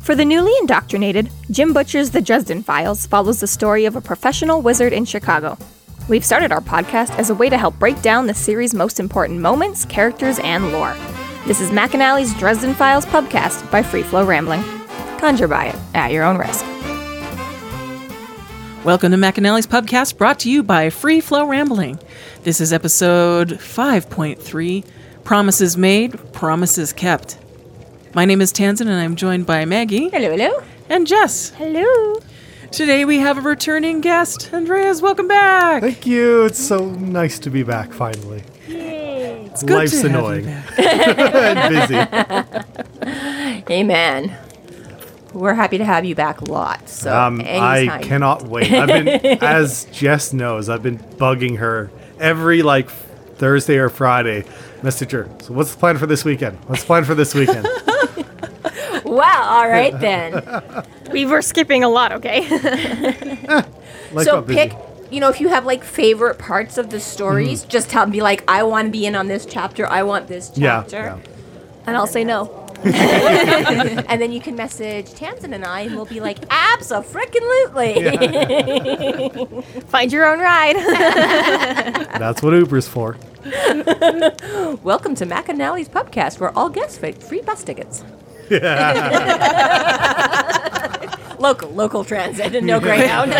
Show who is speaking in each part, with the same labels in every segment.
Speaker 1: For the newly indoctrinated, Jim Butcher's The Dresden Files follows the story of a professional wizard in Chicago. We've started our podcast as a way to help break down the series' most important moments, characters, and lore. This is McAnally's Dresden Files podcast by Free Flow Rambling. Conjure by it at your own risk.
Speaker 2: Welcome to McAnally's Pubcast, brought to you by Free Flow Rambling. This is episode 5.3 Promises Made, Promises Kept. My name is Tanzan, and I'm joined by Maggie
Speaker 1: Hello, hello.
Speaker 2: and Jess.
Speaker 1: Hello.
Speaker 2: Today we have a returning guest, Andreas. Welcome back.
Speaker 3: Thank you. It's so nice to be back finally.
Speaker 2: it's good
Speaker 3: Life's
Speaker 2: to have you
Speaker 3: annoying.
Speaker 2: back.
Speaker 3: and busy.
Speaker 4: Amen. We're happy to have you back lots. So
Speaker 3: Um, I
Speaker 4: anytime.
Speaker 3: cannot wait. I've been, as Jess knows, I've been bugging her every like Thursday or Friday. Message her. So what's the plan for this weekend? What's the plan for this weekend?
Speaker 4: Well, all right then.
Speaker 1: We were skipping a lot, okay?
Speaker 3: Life
Speaker 4: so
Speaker 3: got busy.
Speaker 4: pick. You know, if you have like favorite parts of the stories, just tell me like I want to be in on this chapter. I want this
Speaker 3: Mm-hmm. Yeah,
Speaker 4: chapter,
Speaker 3: yeah.
Speaker 4: and I'll say no. and then you can message Tamsin and I, and we'll be like, absolutely.
Speaker 1: Find your own ride.
Speaker 3: That's what Uber's for.
Speaker 4: Welcome to McAnally's Pubcast, where all guests get free bus tickets. local, local transit, and no Greyhound.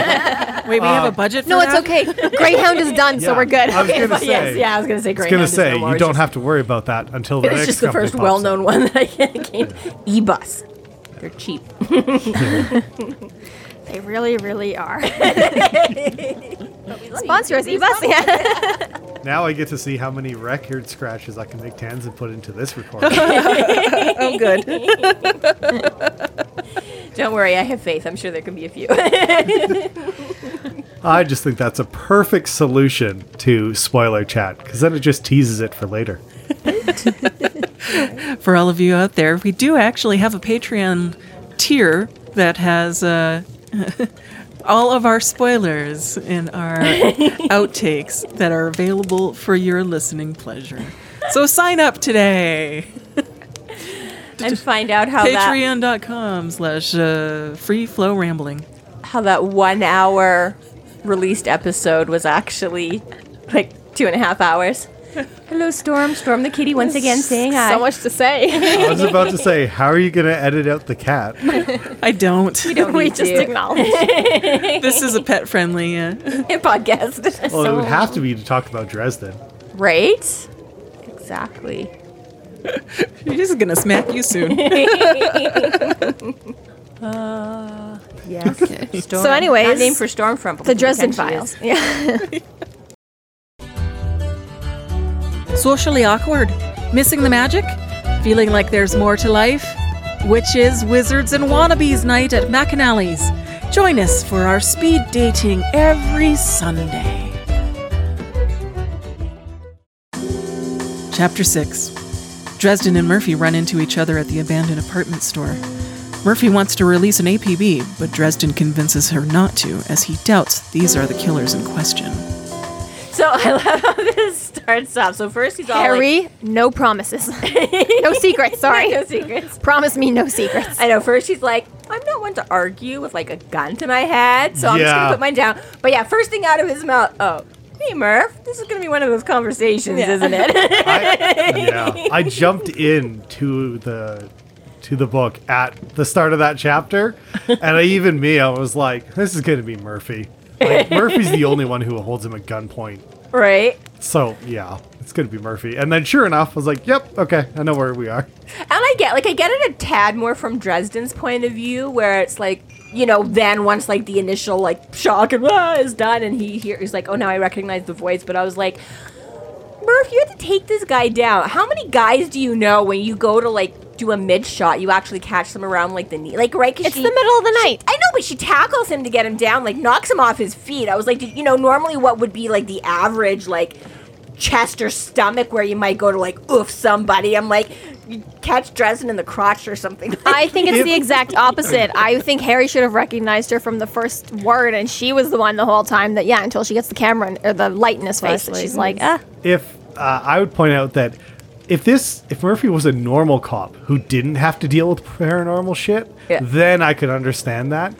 Speaker 2: Wait, we
Speaker 3: Uh,
Speaker 2: have a budget for
Speaker 1: no, it's
Speaker 2: that?
Speaker 1: okay. Greyhound is done, so
Speaker 3: Yeah.
Speaker 1: we're good.
Speaker 3: I was gonna say.
Speaker 4: yes, yeah, I was gonna say
Speaker 3: I was
Speaker 4: Greyhound.
Speaker 3: gonna
Speaker 4: is
Speaker 3: say
Speaker 4: no more,
Speaker 3: you
Speaker 4: it's
Speaker 3: don't
Speaker 4: just-
Speaker 3: have to worry about that until the
Speaker 4: It's
Speaker 3: next
Speaker 4: just the
Speaker 3: company
Speaker 4: first
Speaker 3: pops
Speaker 4: well-known
Speaker 3: up.
Speaker 4: one that I came. E-bus. They're cheap.
Speaker 1: They really, really are.
Speaker 4: Sponsor us,
Speaker 1: Ebus. Yeah.
Speaker 3: Now I get to see how many record scratches I can make tans and put into this recording.
Speaker 2: Oh, good.
Speaker 4: Don't worry, I have faith. I'm sure there can be a few.
Speaker 3: I just think that's a perfect solution to spoiler chat because then it just teases it for later.
Speaker 2: For all of you out there, we do actually have a Patreon tier that has uh, all of our spoilers and our outtakes that are available for your listening pleasure. So sign up today.
Speaker 4: and find out how that
Speaker 2: Patreon.com slash uh, free flow rambling.
Speaker 4: how that one-hour released episode was actually like two and a half hours. Hello, Storm. Storm the kitty once again saying hi.
Speaker 1: So much to say.
Speaker 3: I was about to say, how are you going to edit out the cat?
Speaker 2: I don't.
Speaker 1: we
Speaker 4: need
Speaker 1: just
Speaker 4: to.
Speaker 1: acknowledge.
Speaker 2: this is a pet friendly. Uh,
Speaker 4: podcast,
Speaker 3: Well, it would have to be to talk about Dresden.
Speaker 4: right? Exactly.
Speaker 2: you're just going to smack you soon.
Speaker 4: Yes. Storm.
Speaker 1: So anyways,
Speaker 4: Not named for Stormfront. but
Speaker 1: The Dresden
Speaker 4: potentially is.
Speaker 1: Files. Yeah.
Speaker 2: Socially awkward. Missing the magic? Feeling like there's more to life? Witches, wizards, and wannabes night at McAnally's. Join us for our speed dating every Sunday. Chapter 6 Dresden and Murphy run into each other at the abandoned apartment store. Murphy wants to release an APB, but Dresden convinces her not to, as he doubts these are the killers in question.
Speaker 4: So I love how this starts off. So first he's all like,
Speaker 1: Harry, no promises. no secrets, sorry.
Speaker 4: no secrets.
Speaker 1: Promise me no secrets.
Speaker 4: I know. First he's like, I'm not one to argue with like a gun to my head, so I'm just
Speaker 3: Yeah.
Speaker 4: gonna put mine down. But yeah, first thing out of his mouth, oh, hey Murph, this is gonna be one of those conversations, isn't it?
Speaker 3: I, yeah, I jumped in to the to the book at the start of that chapter, and I, even me, I was like, this is going to be Murphy. Like, Murphy's the only one who holds him at gunpoint.
Speaker 4: right.
Speaker 3: So, yeah, it's going to be Murphy. And then sure enough, I was like, yep, okay, I know where we are.
Speaker 4: And I get like I get it a tad more from Dresden's point of view, where it's like you know, then once like the initial like shock and ah, is done, and he hears like, oh, now I recognize the voice. But I was like, Murph, you have to take this guy down. How many guys do you know when you go to like do a mid shot, you actually catch them around like the knee, like right? 'cause
Speaker 1: It's
Speaker 4: she-
Speaker 1: the middle of the
Speaker 4: she-
Speaker 1: night.
Speaker 4: I know, but she tackles him to get him down, like knocks him off his feet. I was like, did- you know, normally what would be like the average like chest or stomach where you might go to like oof somebody. I'm like, you catch Dresden in the crotch or something.
Speaker 1: I think it's the exact opposite. I think Harry should have recognized her from the first word, and she was the one the whole time that, yeah, until she gets the camera in, or the light in his face. And she's like, ah.
Speaker 3: if uh, I would point out that if this if Murphy was a normal cop who didn't have to deal with paranormal shit,
Speaker 4: Yeah.
Speaker 3: then I could understand that.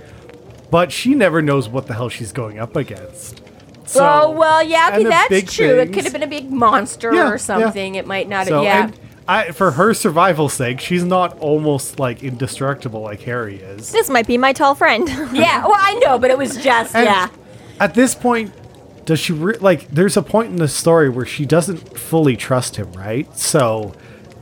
Speaker 3: But she never knows what the hell she's going up against. So,
Speaker 4: oh well, yeah.
Speaker 3: and
Speaker 4: Okay,
Speaker 3: the big
Speaker 4: that's true. It
Speaker 3: things-
Speaker 4: could have been a big monster
Speaker 3: Yeah, yeah.
Speaker 4: or something. It might not.
Speaker 3: So,
Speaker 4: have, yeah.
Speaker 3: and I, for her survival's sake, she's not almost like indestructible like Harry is.
Speaker 5: This might be my tall friend.
Speaker 4: yeah. Well, I know, but it was just
Speaker 3: And
Speaker 4: yeah.
Speaker 3: At this point, does she re- like? There's a point in the story where she doesn't fully trust him, right? So,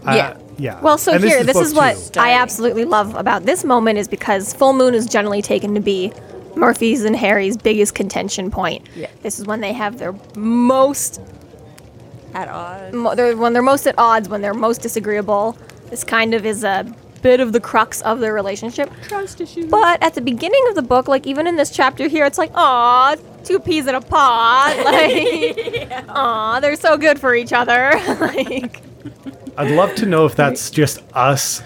Speaker 3: uh,
Speaker 4: Yeah.
Speaker 3: yeah.
Speaker 5: Well, so
Speaker 3: And
Speaker 5: here, this
Speaker 3: book
Speaker 5: is, what
Speaker 3: two.
Speaker 5: I
Speaker 4: Stunning.
Speaker 5: absolutely love about this moment is because full moon is generally taken to be Murphy's and Harry's biggest contention point.
Speaker 4: Yeah.
Speaker 5: This is when they have their most,
Speaker 4: At all.
Speaker 5: mo- they're, when they're most at odds, when they're most disagreeable. This kind of is a bit of the crux of their relationship.
Speaker 4: Trust issues.
Speaker 5: But at the beginning of the book, like even in this chapter here, it's like, aw, two peas in a pod. Like, aw, they're so good for each other. like,
Speaker 3: I'd love to know if that's just us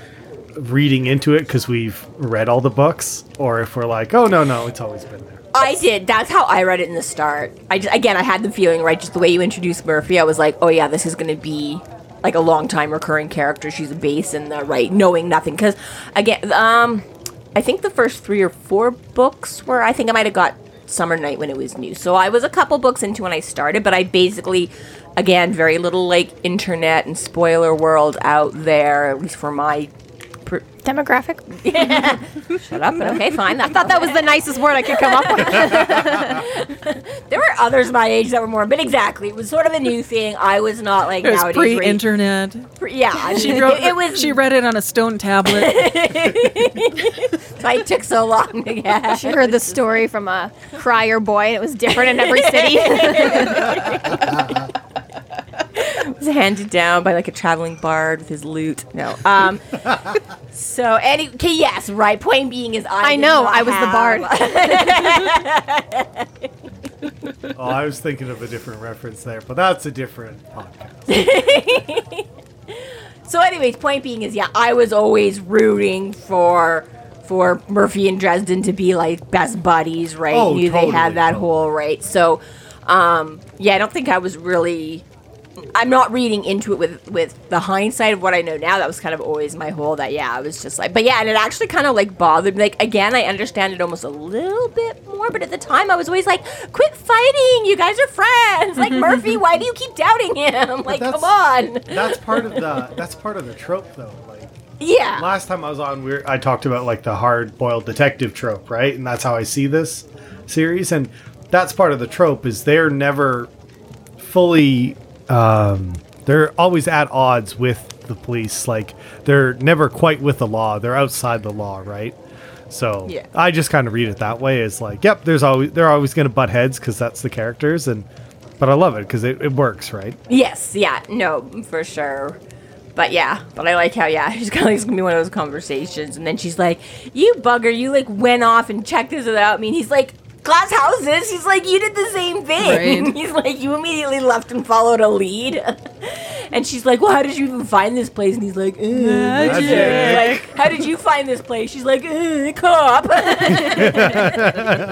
Speaker 3: reading into it because we've read all the books, or if we're like, oh no, no, it's always been there.
Speaker 4: I did. That's how I read it in the start. I just, again, I had the feeling right, just the way you introduced Murphy. I was like, oh yeah, this is gonna be like a long time recurring character. She's a base in the right, knowing nothing. Because again, um, I think the first three or four books were. I think I might have got Summer Night when it was new. So I was a couple books into when I started, but I basically, again, very little like internet and spoiler world out there, at least for my. Per-
Speaker 5: demographic.
Speaker 4: Shut up. But okay, fine. I
Speaker 5: Thought that was the nicest word I could come up with.
Speaker 4: There were others my age that were more, but exactly, it was sort of a new thing. I was not like
Speaker 2: It was
Speaker 4: nowadays. reading-
Speaker 2: pre-internet.
Speaker 4: pre- yeah, I
Speaker 2: She
Speaker 4: mean,
Speaker 2: wrote.
Speaker 4: it, it was.
Speaker 2: She read it on a stone tablet.
Speaker 4: why it took so long to get.
Speaker 5: She heard this story from a crier boy, and it was different in every city.
Speaker 4: It was handed down by like a traveling bard with his lute. No. Um. so any okay, yes, right. Point being is I.
Speaker 5: I
Speaker 4: did
Speaker 5: know,
Speaker 4: not
Speaker 5: I was the
Speaker 4: have-
Speaker 5: bard.
Speaker 3: Oh, I was thinking of a different reference there, but that's a different podcast.
Speaker 4: So, anyways, point being is, yeah, I was always rooting for for Murphy and Dresden to be like best buddies, right?
Speaker 3: Oh,
Speaker 4: Knew they
Speaker 3: totally,
Speaker 4: had that
Speaker 3: totally.
Speaker 4: whole right. So, um, yeah, I don't think I was really. I'm not reading into it with with the hindsight of what I know now. That was kind of always my whole that yeah, I was just like, but yeah, and it actually kind of like bothered me. Like again, I understand it almost a little bit more, but at the time I was always like, quit fighting, you guys are friends. Like Murphy, why do you keep doubting him? Like,
Speaker 3: that's-
Speaker 4: come on.
Speaker 3: That's part of the that's part of the trope though. Like
Speaker 4: Yeah.
Speaker 3: last time I was on, we were, I talked about like the hard-boiled detective trope, right? And that's how I see this series, and that's part of the trope is they're never fully, um, they're always at odds with the police. Like they're never quite with the law; they're outside the law, right? So
Speaker 4: Yeah.
Speaker 3: I just kind of read it that way. It's like, yep, there's always they're always going to butt heads because that's the characters, and but I love it because it, it works, right?
Speaker 4: Yes, yeah, no, for sure. But yeah, but I like how yeah, she's kind of like, it's gonna be one of those conversations, and then she's like, "You bugger, you like went off and checked this without me." And he's like, "Glass houses." He's like, "You did the same thing."
Speaker 2: Right.
Speaker 4: He's like, "You immediately left and followed a lead." and she's like, "Well, how did you even find this place?" And he's like, "Uh,
Speaker 2: Magic.
Speaker 4: like, how did you find this place?" She's like, uh, "Cop."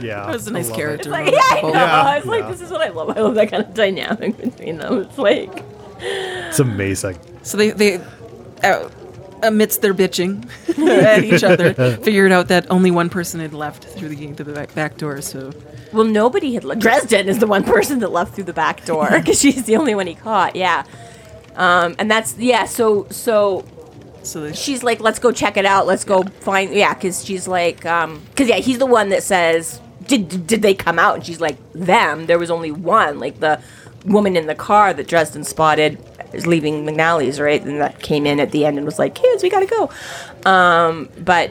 Speaker 3: Yeah,
Speaker 2: That was a
Speaker 3: I
Speaker 2: nice
Speaker 3: love it.
Speaker 2: character.
Speaker 4: Like, yeah,
Speaker 2: Oh,
Speaker 4: I know.
Speaker 3: Yeah.
Speaker 4: I was like,
Speaker 3: Yeah.
Speaker 4: "This is what I love. I love that kind of dynamic between them." It's like.
Speaker 3: It's amazing.
Speaker 2: So they they uh, amidst their bitching at each other, figured out that only one person had left through the the back, back door. So
Speaker 4: Well, nobody had left. Dresden is the one person that left through the back door because she's the only one he caught. Yeah, um, and that's yeah. So so
Speaker 2: so they,
Speaker 4: she's like, let's go check it out. Let's go find yeah. Because she's like, um, because yeah, he's the one that says, did did they come out? And she's like, them. There was only one. Like the woman in the car that Dresden spotted is leaving McNally's right, and that came in at the end and was like, kids, we gotta go. Um, but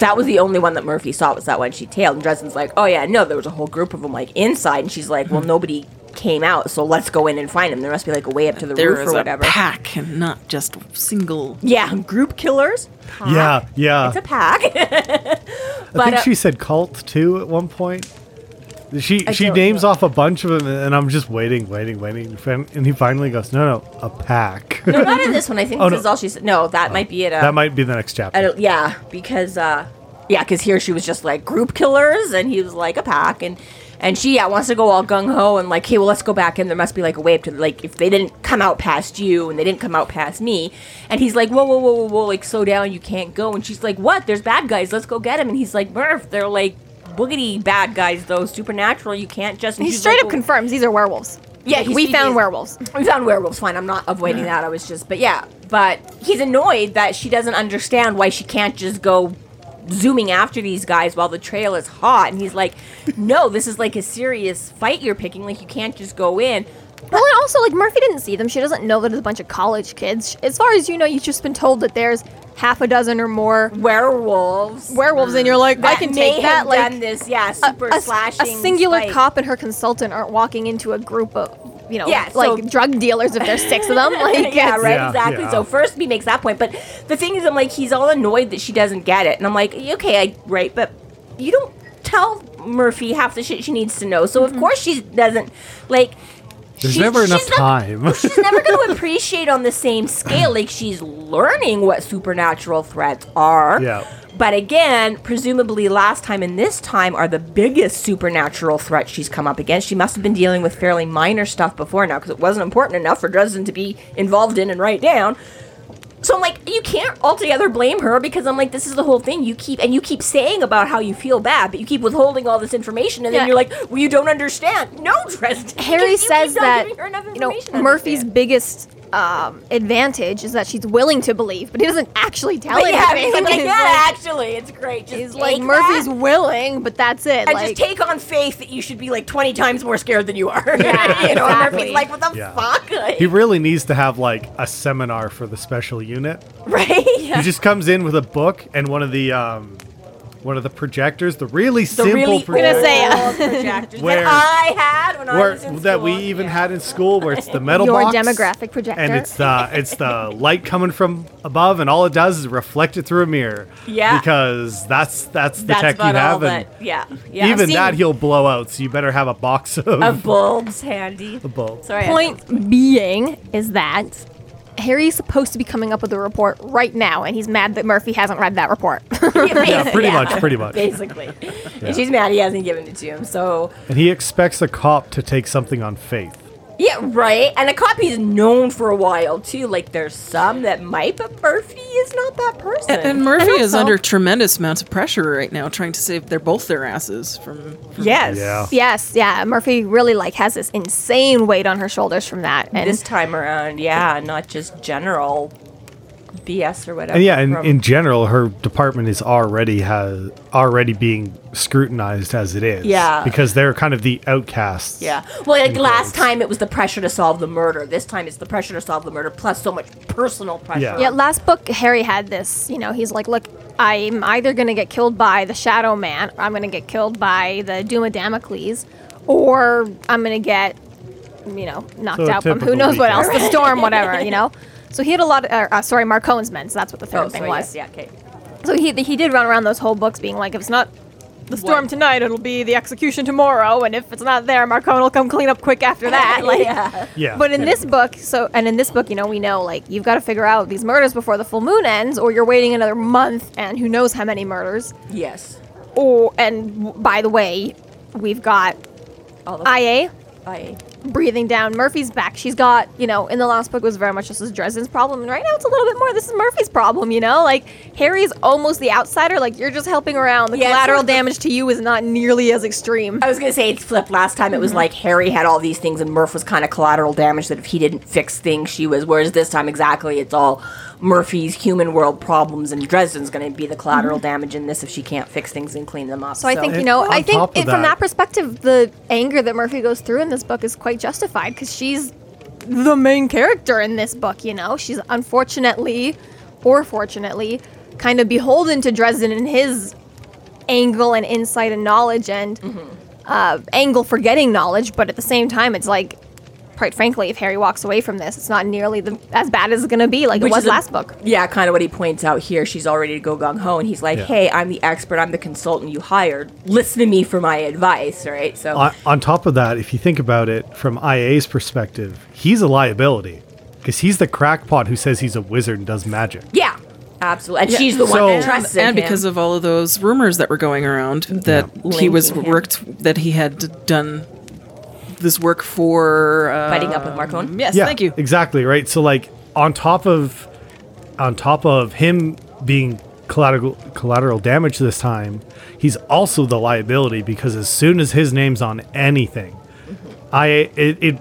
Speaker 4: that was the only one that Murphy saw was that one she tailed. And Dresden's like, oh yeah, no, there was a whole group of them like inside. And she's like, well, nobody came out, so let's go in and find them. There must be like a way up to the
Speaker 2: there
Speaker 4: roof
Speaker 2: is
Speaker 4: or
Speaker 2: a
Speaker 4: whatever.
Speaker 2: pack and not just single.
Speaker 4: yeah, group killers.
Speaker 3: Yeah, yeah.
Speaker 4: It's a pack.
Speaker 3: I
Speaker 4: But,
Speaker 3: think
Speaker 4: uh,
Speaker 3: she said cult too at one point. She she
Speaker 4: don't
Speaker 3: names off a bunch of them, and I'm just waiting, waiting, waiting. And fin- And he finally goes, "No, no, a pack."
Speaker 4: uh, no, not in this one. I think
Speaker 3: Oh,
Speaker 4: this
Speaker 3: no.
Speaker 4: is all she said. No, that might be it. Uh,
Speaker 3: that might be the next
Speaker 4: I
Speaker 3: chapter.
Speaker 4: don't- yeah, because uh, yeah, because here she was just like group killers, and he was like a pack, and And she yeah wants to go all gung ho and like, hey, well let's go back and there must be like a way up to like if they didn't come out past you and they didn't come out past me. And he's like, whoa whoa whoa whoa whoa like slow down you can't go. And she's like, what? There's bad guys. Let's go get him. And he's like, Murph, they're like boogity bad guys though supernatural. You can't just. And
Speaker 1: He
Speaker 4: she's
Speaker 1: straight
Speaker 4: like,
Speaker 1: up
Speaker 4: "Well,
Speaker 1: confirms these are werewolves.
Speaker 4: Yeah,
Speaker 1: Like,
Speaker 4: he's-
Speaker 1: we
Speaker 4: he
Speaker 1: found
Speaker 4: is-
Speaker 1: werewolves.
Speaker 4: we found werewolves. Fine, I'm not avoiding that. I was just, but yeah, but he's annoyed that she doesn't understand why she can't just go zooming after these guys while the trail is hot. And he's like, "No, this is like a serious fight you're picking. Like you can't just go in."
Speaker 1: Well, and also, like, Murphy didn't see them. She doesn't know that it's a bunch of college kids. As far as you know, you've just been told that there's half a dozen or more
Speaker 4: Werewolves.
Speaker 1: werewolves, and you're like, I
Speaker 4: That
Speaker 1: can
Speaker 4: may
Speaker 1: take
Speaker 4: have
Speaker 1: that. Like,
Speaker 4: done this, yeah,
Speaker 1: a-
Speaker 4: super
Speaker 1: a, s- a
Speaker 4: slashing.
Speaker 1: singular
Speaker 4: spike.
Speaker 1: cop and her consultant aren't walking into a group of, you know,
Speaker 4: Yeah, so-
Speaker 1: like drug dealers if there's six of them. Like,
Speaker 4: yeah,
Speaker 1: it's-
Speaker 4: right,
Speaker 3: Yeah,
Speaker 4: exactly.
Speaker 3: yeah.
Speaker 4: So first he makes that point, but the thing is, I'm like, he's all annoyed that she doesn't get it, and I'm like, okay, I right, but you don't tell Murphy half the shit she needs to know, so of course she doesn't like.
Speaker 3: There's
Speaker 4: she's-
Speaker 3: never enough
Speaker 4: she's not-
Speaker 3: time.
Speaker 4: she's never going to appreciate on the same scale. Like she's learning what supernatural threats are.
Speaker 3: Yeah.
Speaker 4: But again, presumably last time and this time are the biggest supernatural threat she's come up against. She must have been dealing with fairly minor stuff before now because it wasn't important enough for Dresden to be involved in and write down. So I'm like, you can't altogether blame her because I'm like, this is the whole thing. You keep and you keep saying about how you feel bad, but you keep withholding all this information, and
Speaker 1: Yeah.
Speaker 4: then you're like, well, you don't understand. No, Dresden.
Speaker 1: Harry
Speaker 4: You keep
Speaker 1: says
Speaker 4: not
Speaker 1: that
Speaker 4: giving her enough
Speaker 1: you know
Speaker 4: information to
Speaker 1: Murphy's
Speaker 4: understand.
Speaker 1: biggest um, advantage is that she's willing to believe, but he doesn't actually tell
Speaker 4: But yeah,
Speaker 1: anything.
Speaker 4: he's like,
Speaker 1: He's
Speaker 4: yeah,
Speaker 1: like-
Speaker 4: actually, it's great. Just
Speaker 1: he's like,
Speaker 4: take
Speaker 1: Murphy's
Speaker 4: that
Speaker 1: willing, but that's it.
Speaker 4: and
Speaker 1: like,
Speaker 4: just take on faith that you should be like twenty times more scared than you are. Yeah, you know, and
Speaker 1: exactly.
Speaker 4: Murphy's like, what the
Speaker 3: Yeah.
Speaker 4: fuck, Like,
Speaker 3: he really needs to have like a seminar for the special unit.
Speaker 4: right?
Speaker 3: He
Speaker 4: Yeah.
Speaker 3: just comes in with a book and one of the um, one of the projectors, the really
Speaker 4: The
Speaker 3: simple
Speaker 4: really
Speaker 3: projector
Speaker 1: Gonna say, uh,
Speaker 4: old projectors
Speaker 3: Where-
Speaker 4: that I had when I
Speaker 3: where,
Speaker 4: was in
Speaker 3: that we
Speaker 4: school.
Speaker 3: even
Speaker 4: Yeah.
Speaker 3: had in school, where it's the metal
Speaker 1: your
Speaker 3: box
Speaker 1: demographic projector.
Speaker 3: and it's the it's the light coming from above, and all it does is reflect it through a mirror.
Speaker 4: Yeah.
Speaker 3: because that's that's the
Speaker 4: That's
Speaker 3: tech you
Speaker 4: about all
Speaker 3: have, and
Speaker 4: that. Yeah, yeah.
Speaker 3: even
Speaker 1: seen-
Speaker 3: that he'll blow out. So you better have a box of,
Speaker 4: of bulbs handy.
Speaker 3: bulbs.
Speaker 4: Sorry. I-
Speaker 1: Point being is that Harry's supposed to be coming up with a report right now, and he's mad that Murphy hasn't read that report.
Speaker 3: Yeah, pretty much, pretty much.
Speaker 4: Basically, And she's mad he hasn't given it to him. So
Speaker 3: And he expects a cop to take something on faith.
Speaker 4: Yeah, right. And a copy is known for a while too. Like there's some that might, but Murphy is not that person.
Speaker 2: And, and Murphy
Speaker 1: hope
Speaker 2: is
Speaker 1: so.
Speaker 2: under tremendous amounts of pressure right now, trying to save their both their asses from. from
Speaker 4: yes,
Speaker 3: Yeah.
Speaker 1: yes, yeah, Murphy really like has this insane weight on her shoulders from that, and
Speaker 4: This time around, yeah, not just general BS or whatever.
Speaker 3: And yeah, in,
Speaker 4: from-
Speaker 3: in general, her department is already has already being scrutinized as it is.
Speaker 4: Yeah.
Speaker 3: because they're kind of the outcasts.
Speaker 4: yeah. Well, like
Speaker 3: quotes.
Speaker 4: last time it was the pressure to solve the murder. This time it's the pressure to solve the murder plus so much personal pressure. Oh,
Speaker 3: Yeah.
Speaker 1: Yeah, last book Harry had this. You know, he's like, look, I'm either gonna get killed by the Shadow Man, or I'm gonna get killed by the Doom of Damocles, or I'm gonna get, you know, knocked
Speaker 3: So a
Speaker 1: out from who
Speaker 3: typical
Speaker 1: knows what else,
Speaker 3: weekend.
Speaker 1: the storm, whatever. You know. So he had a lot. Of, uh, uh, sorry, Marcone's men. So that's what the third
Speaker 4: Oh,
Speaker 1: thing
Speaker 4: so
Speaker 1: was.
Speaker 4: yes, yeah, okay.
Speaker 1: So he he did run around those whole books, being like, if it's not. The storm
Speaker 4: What?
Speaker 1: tonight, it'll be the execution tomorrow, and if it's not there, Marcone will come clean up quick after that. Like,
Speaker 4: yeah.
Speaker 3: yeah.
Speaker 1: but in this book, so and in this book, you know, we know like you've got to figure out these murders before the full moon ends, or you're waiting another month and who knows how many murders.
Speaker 4: Yes.
Speaker 1: Or and w- by the way, we've got
Speaker 4: All the
Speaker 1: IA
Speaker 4: I-
Speaker 1: breathing down Murphy's back. She's got you know in the last book was very much this is Dresden's problem, and right now it's a little bit more. This is Murphy's problem, you know. Like Harry's almost the outsider. Like you're just helping around. The
Speaker 4: Yeah, it's
Speaker 1: collateral
Speaker 4: sort of the-
Speaker 1: damage to you is not nearly as extreme.
Speaker 4: I was gonna say it's flipped. Last time it
Speaker 1: Mm-hmm.
Speaker 4: was like Harry had all these things and Murph was kind of collateral damage that if he didn't fix things, she was. Whereas this time exactly, it's all Murphy's human world problems and Dresden's gonna be the collateral damage in this if she can't fix things and clean them up.
Speaker 1: Mm-hmm. So I think you
Speaker 3: And
Speaker 1: know.
Speaker 3: on
Speaker 1: I think
Speaker 3: top of
Speaker 1: it, from
Speaker 3: that-
Speaker 1: that perspective, the anger that Murphy goes through in this book is quite justified because she's the main character in this book. You know, she's unfortunately, or fortunately, kind of beholden to Dresden and his angle and insight and knowledge and uh, angle for getting knowledge. But at the same time, it's like. Quite frankly, if Harry walks away from this, it's not nearly the, as bad as it's going to be, like
Speaker 4: Which
Speaker 1: it was
Speaker 4: is a-
Speaker 1: last book.
Speaker 4: Yeah, kind of what he points out here. She's already to go gung ho, and he's like,
Speaker 3: Yeah.
Speaker 4: "Hey, I'm the expert. I'm the consultant you hired. Listen to me for my advice, right?" So
Speaker 3: on, on top of that, if you think about it from IA's perspective, he's a liability because he's the crackpot who says he's a wizard and does magic.
Speaker 4: yeah, Absolutely. And she's the
Speaker 3: So-
Speaker 4: one that trusted
Speaker 2: Um, and because of all of those rumors that were going around that he was
Speaker 4: Linking him.
Speaker 2: worked that he had d- done this work for uh,
Speaker 4: Fighting up with
Speaker 1: um,
Speaker 4: Marcone?
Speaker 2: Yes, thank you.
Speaker 3: Exactly, right? So like on top of on top of him being collateral collateral damage this time, he's also the liability because as soon as his name's on anything,
Speaker 2: Mm-hmm.
Speaker 3: I it it,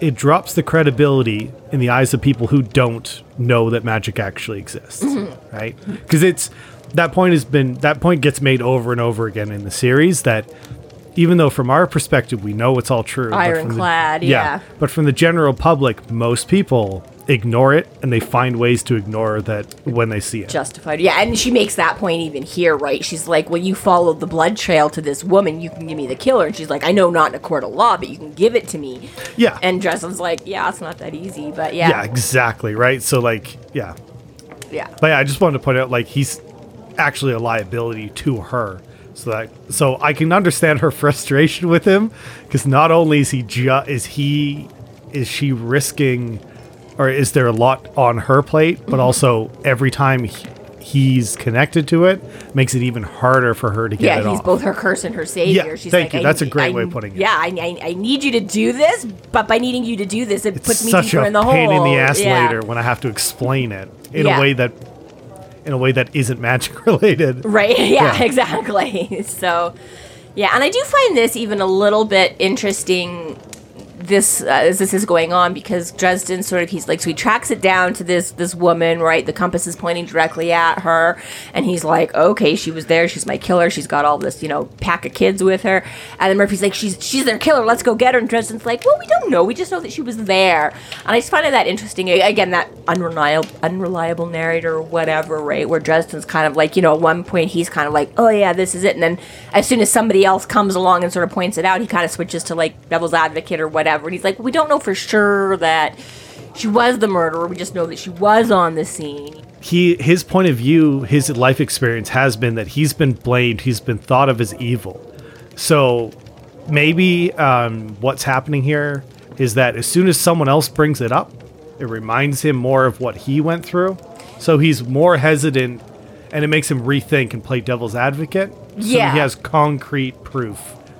Speaker 3: it drops the credibility in the eyes of people who don't know that magic actually exists,
Speaker 2: Mm-hmm.
Speaker 3: right? Because it's that point has been that point gets made over and over again in the series that even though from our perspective we know it's all true but from the-
Speaker 4: Ironclad, yeah.
Speaker 3: but from the general public most people ignore it and they find ways to ignore that when they see it
Speaker 4: justified. Yeah, and she makes that point even here, right? She's like, "Well, you followed the blood trail to this woman. You can give me the killer." And she's like, "I know not in a court of law, but you can give it to me."
Speaker 3: yeah
Speaker 4: And Dresden's like, "Yeah, it's not that easy, but
Speaker 3: yeah
Speaker 4: yeah,
Speaker 3: exactly right so like yeah
Speaker 4: yeah,
Speaker 3: But yeah, I just wanted to point out like he's actually a liability to her. So that so I can understand her frustration with him because not only is he ju- is he is she risking or is there a lot on her plate, but also every time he, he's connected to it makes it even harder for her to get
Speaker 4: yeah."
Speaker 3: it
Speaker 4: he's
Speaker 3: off.
Speaker 4: both her curse and her savior.
Speaker 3: Yeah,
Speaker 4: she's
Speaker 3: thank
Speaker 4: like,
Speaker 3: you.
Speaker 4: I
Speaker 3: That's a
Speaker 4: ne-
Speaker 3: great
Speaker 4: I-
Speaker 3: way of putting it.
Speaker 4: Yeah, I, I, I need you to do this, but by needing you to do this, it
Speaker 3: it's
Speaker 4: puts me
Speaker 3: such
Speaker 4: deeper
Speaker 3: a
Speaker 4: in the
Speaker 3: pain
Speaker 4: hole.
Speaker 3: in the ass
Speaker 4: Yeah.
Speaker 3: later when I have to explain it in
Speaker 4: Yeah.
Speaker 3: a way that in a way that isn't magic related.
Speaker 4: Right. Yeah,
Speaker 3: Yeah.
Speaker 4: exactly. So, yeah, and I do find this even a little bit interesting. This uh, as this is going on because Dresden sort of he's like so he tracks it down to this this woman right the compass is pointing directly at her and he's like okay she was there she's my killer she's got all this you know pack of kids with her and then Murphy's like she's she's their killer let's go get her and Dresden's like well we don't know we just know that she was there and I just find that interesting A- again that unreliable unreliable narrator or whatever right where Dresden's kind of like you know at one point he's kind of like oh yeah this is it and then as soon as somebody else comes along and sort of points it out he kind of switches to like devil's advocate or whatever and he's like we don't know for sure that she was the murderer we just know that she was on the scene
Speaker 3: he his point of view, his life experience has been that he's been blamed, he's been thought of as evil. So maybe um, what's happening here is that as soon as someone else brings it up, it reminds him more of what he went through. So he's more hesitant, and it makes him rethink and play devil's advocate.
Speaker 4: Yeah.
Speaker 3: so he has concrete proof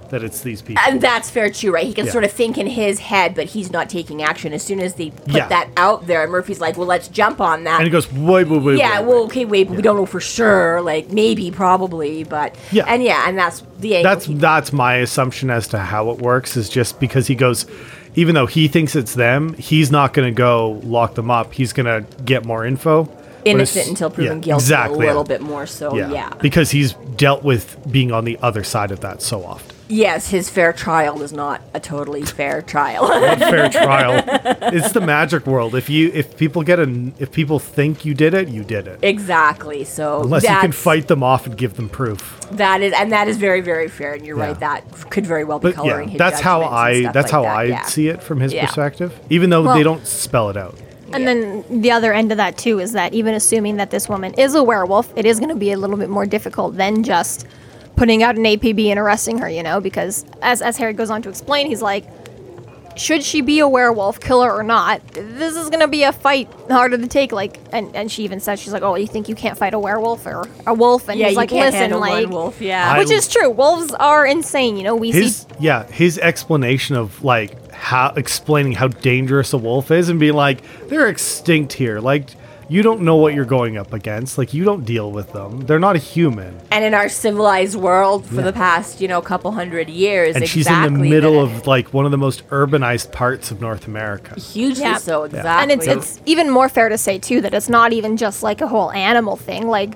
Speaker 3: that it's these people.
Speaker 4: and that's fair too right he can
Speaker 3: Yeah.
Speaker 4: sort of think in his head but he's not taking action as soon as they put
Speaker 3: Yeah.
Speaker 4: that out there Murphy's like well let's jump on that
Speaker 3: and he goes, wait, wait, wait.
Speaker 4: yeah,
Speaker 3: wait,
Speaker 4: well,
Speaker 3: wait."
Speaker 4: okay, wait, but we don't know for sure. Like maybe, probably, but
Speaker 3: Yeah.
Speaker 4: and yeah, and that's the angle.
Speaker 3: That's
Speaker 4: he-
Speaker 3: that's my assumption as to how it works is just because he goes even though he thinks it's them, he's not going to go lock them up. He's going to get more info. But
Speaker 4: innocent
Speaker 3: it's-
Speaker 4: until proven
Speaker 3: yeah,
Speaker 4: guilty
Speaker 3: exactly,
Speaker 4: a little
Speaker 3: yeah.
Speaker 4: bit more. So yeah.
Speaker 3: Yeah. Because he's dealt with being on the other side of that so often.
Speaker 4: yes, his fair trial is not a totally fair trial.
Speaker 3: Not fair trial. It's the magic world. If you if people get an if people think you did it, you did it.
Speaker 4: exactly. So
Speaker 3: Unless you can
Speaker 4: that's-
Speaker 3: fight them off and give them proof.
Speaker 4: that is and that is very very fair. And you're
Speaker 3: Yeah.
Speaker 4: right. That could very well be
Speaker 3: But
Speaker 4: coloring.
Speaker 3: yeah,
Speaker 4: his
Speaker 3: that's how
Speaker 4: judgments and
Speaker 3: I
Speaker 4: stuff
Speaker 3: that's
Speaker 4: like
Speaker 3: how
Speaker 4: that,
Speaker 3: I
Speaker 4: yeah.
Speaker 3: see it from his
Speaker 4: Yeah.
Speaker 3: perspective. Even though
Speaker 1: Well-
Speaker 3: they don't spell it out.
Speaker 1: And then the other end of that too is that even assuming that this woman is a werewolf, it is going to be a little bit more difficult than just putting out an APB and arresting her, you know, because as as Harry goes on to explain, he's like should she be a werewolf killer or not? This is going to be a fight harder to take like and and she even says she's like, "Oh, you think you can't fight a werewolf or a wolf?" And
Speaker 4: Yeah,
Speaker 1: he's
Speaker 4: you
Speaker 1: like,
Speaker 4: can't
Speaker 1: "Listen,
Speaker 4: handle
Speaker 1: like
Speaker 4: one wolf. Yeah.
Speaker 3: I-
Speaker 1: Which is true. Wolves are insane, you know. We see
Speaker 3: his yeah his explanation of like how explaining how dangerous a wolf is and being like they're extinct here like you don't know what you're going up against like you don't deal with them they're not a human
Speaker 4: and in our civilized world for the past you know couple hundred years,
Speaker 3: and
Speaker 4: exactly
Speaker 3: she's in the middle
Speaker 4: that-
Speaker 3: of like one of the most urbanized parts of north america
Speaker 4: hugely
Speaker 1: Yeah.
Speaker 4: so exactly.
Speaker 1: and it's it's even more fair to say too that it's not even just like a whole animal thing like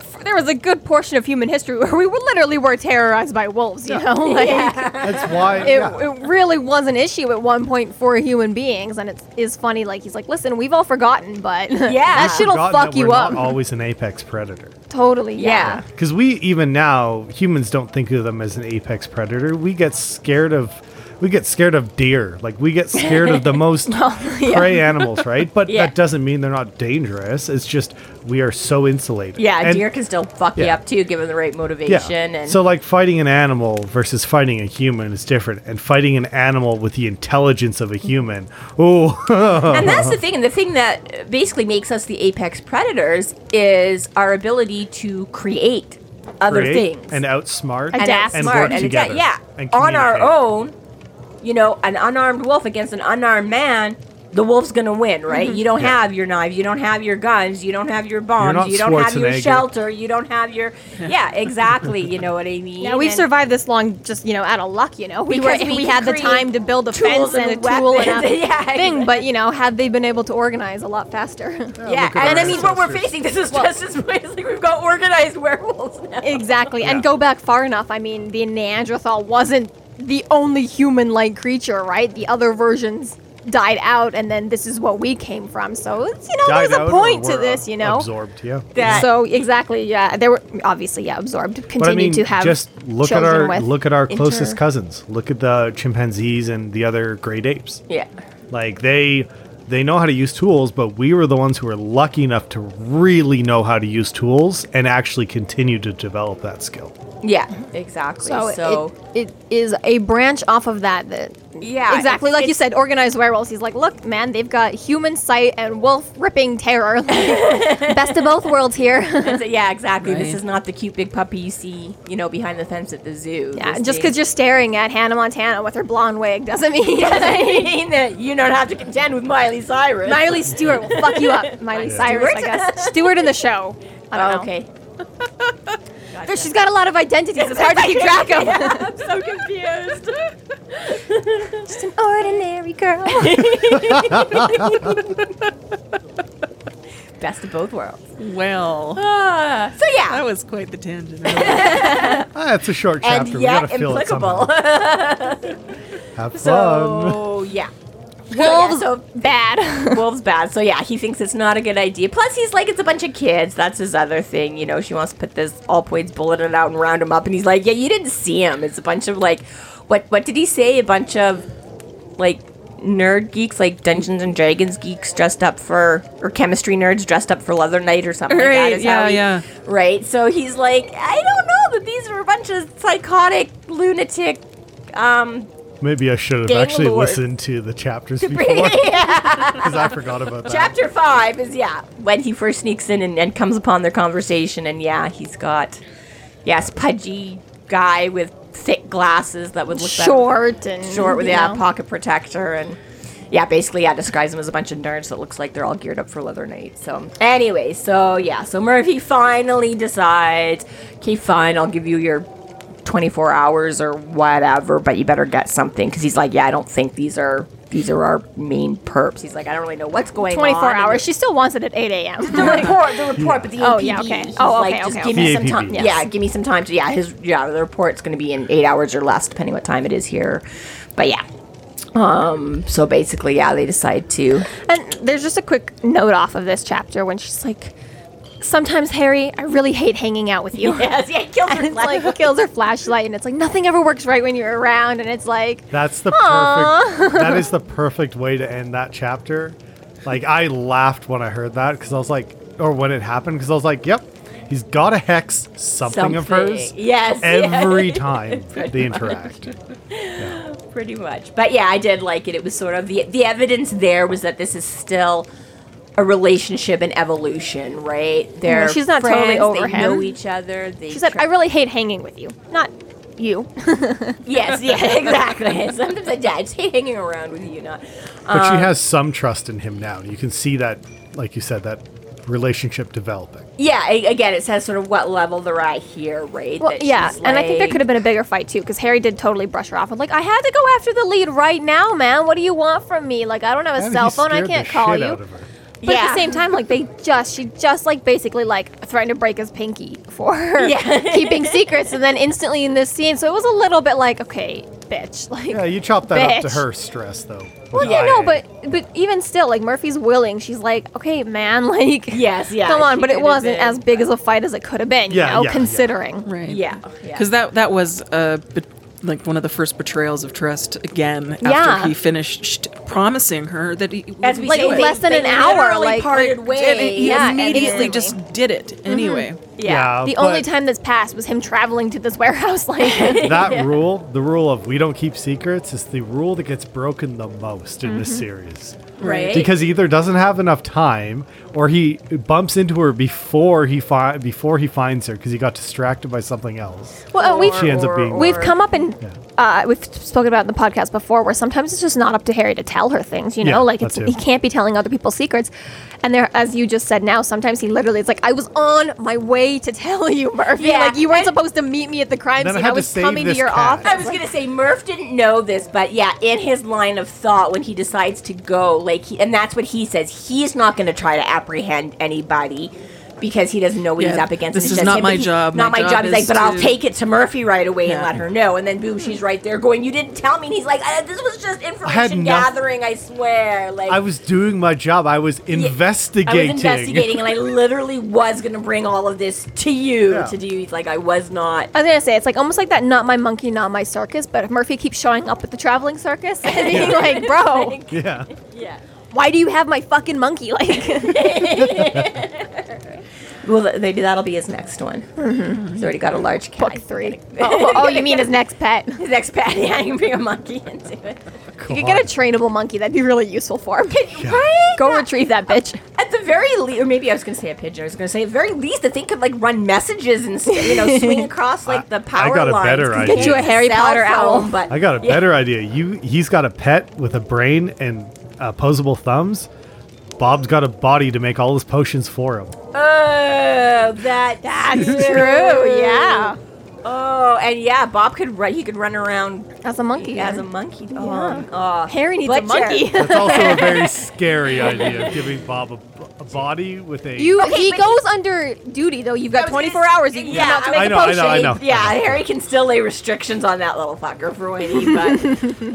Speaker 1: f- there was a good portion of human history where we were, literally were terrorized by wolves you know like
Speaker 3: that's why
Speaker 1: it, it really was an issue at one point for human beings and it's is funny like he's like listen we've all forgotten but that shit'll
Speaker 3: Forgotten
Speaker 1: fuck
Speaker 3: that
Speaker 1: you
Speaker 3: we're
Speaker 1: up
Speaker 3: not always an apex predator
Speaker 1: totally yeah,
Speaker 4: yeah.
Speaker 3: because we even now humans don't think of them as an apex predator we get scared of we get scared of deer. Like we get scared of the most prey animals, right? But
Speaker 4: Yeah.
Speaker 3: that doesn't mean they're not dangerous. It's just we are so insulated.
Speaker 4: Yeah,
Speaker 3: And-
Speaker 4: deer can still fuck you
Speaker 3: yeah.
Speaker 4: up too, given the right motivation. And
Speaker 3: so like fighting an animal versus fighting a human is different, and fighting an animal with the intelligence of a human. Oh,
Speaker 4: and that's the thing. And the thing that basically makes us the apex predators is our ability to create other things
Speaker 3: and outsmart.
Speaker 1: And Adapt.
Speaker 4: outsmart
Speaker 3: work
Speaker 4: and
Speaker 3: together
Speaker 4: adapt- yeah,
Speaker 3: and
Speaker 4: on our
Speaker 3: communicate.
Speaker 4: own. You know, an unarmed wolf against an unarmed man. The wolf's gonna win, right? You don't
Speaker 3: Mm-hmm. Yeah.
Speaker 4: have your knives, you don't have your guns, you don't have your bombs,
Speaker 3: not
Speaker 4: you don't have your
Speaker 3: Schwarzenegger.
Speaker 4: shelter, you don't have your yeah, exactly. You know what I mean?
Speaker 1: Yeah, we've
Speaker 4: And-
Speaker 1: survived this long just, you know, out of luck, you know. We were
Speaker 4: Because
Speaker 1: we,
Speaker 4: we can
Speaker 1: had the
Speaker 4: create
Speaker 1: time to build a
Speaker 4: tools
Speaker 1: fence and,
Speaker 4: and
Speaker 1: a tool and a
Speaker 4: weapons. Yeah,
Speaker 1: thing, but you know, had they been able to organize a lot faster.
Speaker 4: Yeah,
Speaker 3: look at our
Speaker 4: and I mean what we're
Speaker 3: ancestors.
Speaker 4: facing. This is just as plain as, like we've got organized werewolves now.
Speaker 1: exactly.
Speaker 3: Yeah.
Speaker 1: And go back far enough. I mean, the Neanderthal wasn't the only human like creature, right? The other versions died out and then this is what we came from. So it's you know,
Speaker 3: Died
Speaker 1: there's
Speaker 3: out
Speaker 1: a
Speaker 3: or
Speaker 1: point to
Speaker 3: were
Speaker 1: this, you know.
Speaker 3: Absorbed, yeah.
Speaker 4: That-
Speaker 1: So exactly, yeah. They were obviously yeah, absorbed. Continue
Speaker 3: But I mean,
Speaker 1: to have
Speaker 3: just look at
Speaker 1: children
Speaker 3: our
Speaker 1: with
Speaker 3: look at our closest
Speaker 1: inter-
Speaker 3: cousins. Look at the chimpanzees and the other great apes.
Speaker 4: Yeah.
Speaker 3: Like they they know how to use tools, but we were the ones who were lucky enough to really know how to use tools and actually continue to develop that skill.
Speaker 4: Yeah, exactly. So,
Speaker 1: So, it, it is a branch off of that that
Speaker 4: Yeah,
Speaker 1: exactly
Speaker 4: it's-
Speaker 1: like you
Speaker 4: it's-
Speaker 1: said organized werewolves he's like look man they've got human sight and wolf ripping terror best of both worlds here
Speaker 4: it's- yeah, exactly. This
Speaker 2: Right.
Speaker 4: is not the cute big puppy you see, you know, behind the fence at the zoo.
Speaker 1: yeah
Speaker 4: This
Speaker 1: just
Speaker 4: thing-
Speaker 1: because you're staring at Hannah Montana with her blonde wig doesn't mean
Speaker 4: I mean that you don't have to contend with Miley Cyrus.
Speaker 1: Miley Stewart will fuck you up Miley Cyrus I guess Stewart in the show I don't
Speaker 4: Oh,
Speaker 1: know
Speaker 4: okay.
Speaker 1: There- she's got a lot of identities it's hard to keep track of
Speaker 4: I'm so confused.
Speaker 1: just an ordinary girl
Speaker 4: Best of both worlds.
Speaker 2: Well,
Speaker 4: Ah, so
Speaker 2: that
Speaker 4: yeah.
Speaker 2: was quite the tangent.
Speaker 3: Ah, it's a short
Speaker 4: And
Speaker 3: chapter. we
Speaker 4: yet
Speaker 3: gotta fill it somehow.
Speaker 4: implicable.
Speaker 3: Have fun.
Speaker 4: so yeah.
Speaker 1: wolves
Speaker 4: so-
Speaker 1: bad
Speaker 4: Wolf's bad. So yeah, he thinks it's not a good idea. Plus, he's like, it's a bunch of kids. That's his other thing. You know, she wants to put this all points bulletin out and round him up. And he's like, yeah, you didn't see him. It's a bunch of like, what what did he say? A bunch of like nerd geeks, like Dungeons and Dragons geeks, dressed up for or chemistry nerds dressed up for leather night or something. like that
Speaker 2: Right,
Speaker 4: is how
Speaker 2: yeah,
Speaker 4: he-
Speaker 2: yeah.
Speaker 4: Right. So he's like, I don't know, but these are a bunch of psychotic lunatic. Um,
Speaker 3: Maybe I should have
Speaker 4: Gang
Speaker 3: actually
Speaker 4: Lord.
Speaker 3: listened to the chapters before because I forgot about that.
Speaker 4: Chapter five is yeah when he first sneaks in and, and comes upon their conversation and yeah he's got yes pudgy guy with thick glasses that would look better-
Speaker 1: short and
Speaker 4: short with
Speaker 1: you
Speaker 4: yeah
Speaker 1: know.
Speaker 4: pocket protector and yeah basically yeah describes them as a bunch of nerds that looks like they're all geared up for leather night so anyway so yeah so Murphy finally decides okay fine I'll give you your 24 hours or whatever, but you better get something. Because he's like, yeah, I don't think these are these are our main perps. He's like, I don't really know what's going on.
Speaker 1: 24
Speaker 4: And
Speaker 1: hours. She still wants it at 8
Speaker 4: The
Speaker 1: a.m.
Speaker 4: report, the report, but the
Speaker 1: Oh,
Speaker 4: APB.
Speaker 1: yeah, okay.
Speaker 4: he's
Speaker 1: Oh, okay,
Speaker 4: like, just
Speaker 1: okay,
Speaker 4: give
Speaker 1: okay.
Speaker 4: me
Speaker 3: The
Speaker 4: some time.
Speaker 3: APB.
Speaker 4: Yeah, give me some time to. Yeah, his yeah, the report's going to be in eight hours or less, depending what time it is here. But yeah, um, so basically, yeah, they decide to.
Speaker 1: And there's just a quick note off of this chapter when she's like, Sometimes, Harry, I really hate hanging out with you.
Speaker 4: Yes, yeah, kills
Speaker 1: And it's like, kills her flashlight, and it's like, nothing ever works right when you're around. And it's like,
Speaker 3: That's the perfect. That is the perfect way to end that chapter. Like I laughed when I heard that because I was like, or when it happened because I was like, yep, he's got to hex something, of hers
Speaker 4: Yes,
Speaker 3: every time they interact.
Speaker 4: pretty much. But yeah, I did like it. It was sort of the the evidence there was that this is still a relationship and evolution, right? They're
Speaker 1: Mm, she's not totally
Speaker 4: friends,
Speaker 1: over
Speaker 4: they
Speaker 1: him.
Speaker 4: know each other. They
Speaker 1: she said,
Speaker 4: tr-
Speaker 1: I really hate hanging with you. Not you.
Speaker 4: yes, yeah, exactly. Sometimes I yeah, I just hate hanging around with you, not.
Speaker 3: But
Speaker 1: Um,
Speaker 3: she has some trust in him now. You can see that, like you said, that relationship developing.
Speaker 4: Yeah, a- again, it says sort of what level they're at here, right?
Speaker 1: Well,
Speaker 4: That
Speaker 1: yeah,
Speaker 4: she's
Speaker 1: and I think there
Speaker 4: like-
Speaker 1: could have been a bigger fight too, because Harry did totally brush her off. I'm like, I had to go after the lead right now, man. What do you want from me? Like, I don't have a
Speaker 3: And
Speaker 1: cell
Speaker 3: he
Speaker 1: phone. I
Speaker 3: scared the
Speaker 1: can't call
Speaker 3: shit
Speaker 1: you.
Speaker 3: out of her.
Speaker 1: But at
Speaker 4: Yeah.
Speaker 1: the same time, like they just, she just like basically like threatened to break his pinky for her
Speaker 4: Yeah.
Speaker 1: keeping secrets, and then instantly in this scene, so it was a little bit like, okay, bitch, like.
Speaker 3: Yeah, you chop that up to
Speaker 1: Bitch.
Speaker 3: her stress though.
Speaker 1: well, yeah, no, but but even still, like Murphy's willing. She's like, okay, man, like,
Speaker 4: Yes, yeah,
Speaker 1: come on.
Speaker 4: she
Speaker 1: But it
Speaker 4: could've
Speaker 1: wasn't
Speaker 4: been,
Speaker 1: as big as a fight as it could have been,
Speaker 3: Yeah,
Speaker 1: you know,
Speaker 3: yeah, yeah.
Speaker 1: considering.
Speaker 2: Right.
Speaker 4: Yeah, yeah.
Speaker 2: Because that that was a bit uh, like one of the first betrayals of trust again
Speaker 1: Yeah.
Speaker 2: after he finished promising her that he
Speaker 4: As we
Speaker 1: Like,
Speaker 4: say,
Speaker 1: less than
Speaker 4: they
Speaker 1: an hour,
Speaker 4: literally
Speaker 1: like-
Speaker 4: parted
Speaker 2: And
Speaker 4: ways.
Speaker 2: he
Speaker 1: Yeah,
Speaker 2: immediately
Speaker 1: instantly.
Speaker 2: just did it
Speaker 4: Mm-hmm.
Speaker 2: anyway.
Speaker 4: Yeah.
Speaker 1: The only
Speaker 3: but
Speaker 1: time that's passed was him traveling to this warehouse. Like,
Speaker 3: that rule, the rule of we don't keep secrets, is the rule that gets broken the most in this series.
Speaker 4: right.
Speaker 3: Because he either doesn't have enough time, or he bumps into her before he fi- before he finds her because he got distracted by something else.
Speaker 1: well, uh,
Speaker 3: She
Speaker 1: we've
Speaker 3: ends up being
Speaker 1: we've come up and uh, we've spoken about it in the podcast before, where sometimes it's just not up to Harry to tell her things. You know,
Speaker 3: Yeah,
Speaker 1: like
Speaker 3: that
Speaker 1: it's,
Speaker 3: too.
Speaker 1: he can't be telling other people secrets. And there, as you just said, now sometimes he literally is like, "I was on my way to tell you, Murphy.
Speaker 4: Yeah,
Speaker 1: Like you weren't
Speaker 4: and-
Speaker 1: supposed to meet me at the crime
Speaker 3: Then I
Speaker 1: scene.
Speaker 3: had
Speaker 1: I,
Speaker 3: to
Speaker 1: was
Speaker 3: save
Speaker 1: coming to
Speaker 3: this
Speaker 1: your
Speaker 3: cat."
Speaker 1: office."
Speaker 4: I was gonna say Murph didn't know this, but yeah, in his line of thought, when he decides to go, like, he, and that's what he says. He's not gonna try to apprehend anybody because he doesn't know what he's
Speaker 2: Yeah,
Speaker 4: up against.
Speaker 2: this
Speaker 4: and
Speaker 2: is
Speaker 4: it's just
Speaker 2: not
Speaker 4: him,
Speaker 2: my
Speaker 4: but he-
Speaker 2: job.
Speaker 4: Not
Speaker 2: My
Speaker 4: my,
Speaker 2: job
Speaker 4: job. He's like,
Speaker 2: is
Speaker 4: but I'll
Speaker 2: to-
Speaker 4: take it to Murphy right away and
Speaker 2: Yeah.
Speaker 4: let her know. And then boom, she's right there going, "You didn't tell me." And he's like, uh, "This was just information
Speaker 3: noth-
Speaker 4: gathering. I swear." Like,
Speaker 3: I was doing my job. I was
Speaker 4: I
Speaker 3: investigating.
Speaker 4: was investigating, and I literally was gonna bring all of this to you
Speaker 3: Yeah.
Speaker 4: to do. He's like, I was not.
Speaker 1: I was gonna say it's like almost like that not my monkey, not my circus, but if Murphy keeps showing up at the traveling circus and being like, Bro,
Speaker 3: yeah.
Speaker 4: Yeah.
Speaker 1: why do you have my fucking monkey? Like
Speaker 4: Well, th- maybe that'll be his next one. He's already got a large cat.
Speaker 1: book three. Oh, oh, you mean his next pet.
Speaker 4: His next pet, yeah, you can bring a monkey into it.
Speaker 1: You could get a trainable monkey, that'd be really useful for him.
Speaker 4: Right?
Speaker 1: Go retrieve that bitch.
Speaker 4: At the very least, or maybe I was going to say a pigeon. I was going to say, at the very least, the thing could, like, run messages and, st- you know, swing across, like, the power
Speaker 3: I got a
Speaker 4: lines.
Speaker 3: better
Speaker 4: 'cause
Speaker 3: idea. Get you
Speaker 1: a
Speaker 4: can't
Speaker 1: Harry
Speaker 4: cell
Speaker 1: Potter owl.
Speaker 4: but
Speaker 3: I got a
Speaker 4: yeah.
Speaker 3: better idea. You, he's got a pet with a brain and opposable thumbs. Bob's got a body to make all his potions for him.
Speaker 4: Oh, that, that's
Speaker 1: True, yeah.
Speaker 4: Oh, and yeah, Bob could run. He could run around
Speaker 1: As a monkey.
Speaker 4: as a monkey. Oh, oh.
Speaker 1: Harry needs a
Speaker 4: Butcher.
Speaker 1: monkey.
Speaker 3: That's also a very scary idea, giving Bob a, a body with a.
Speaker 1: You
Speaker 4: Okay,
Speaker 1: he
Speaker 4: but-
Speaker 1: goes under duty though. You've got
Speaker 4: I was gonna
Speaker 1: twenty four
Speaker 4: s-
Speaker 1: hours you can come out to
Speaker 4: I
Speaker 1: make
Speaker 3: I
Speaker 1: a
Speaker 3: know, I
Speaker 1: potion.
Speaker 3: know, I know.
Speaker 4: Yeah, Harry can still lay restrictions on that little fucker for when he. But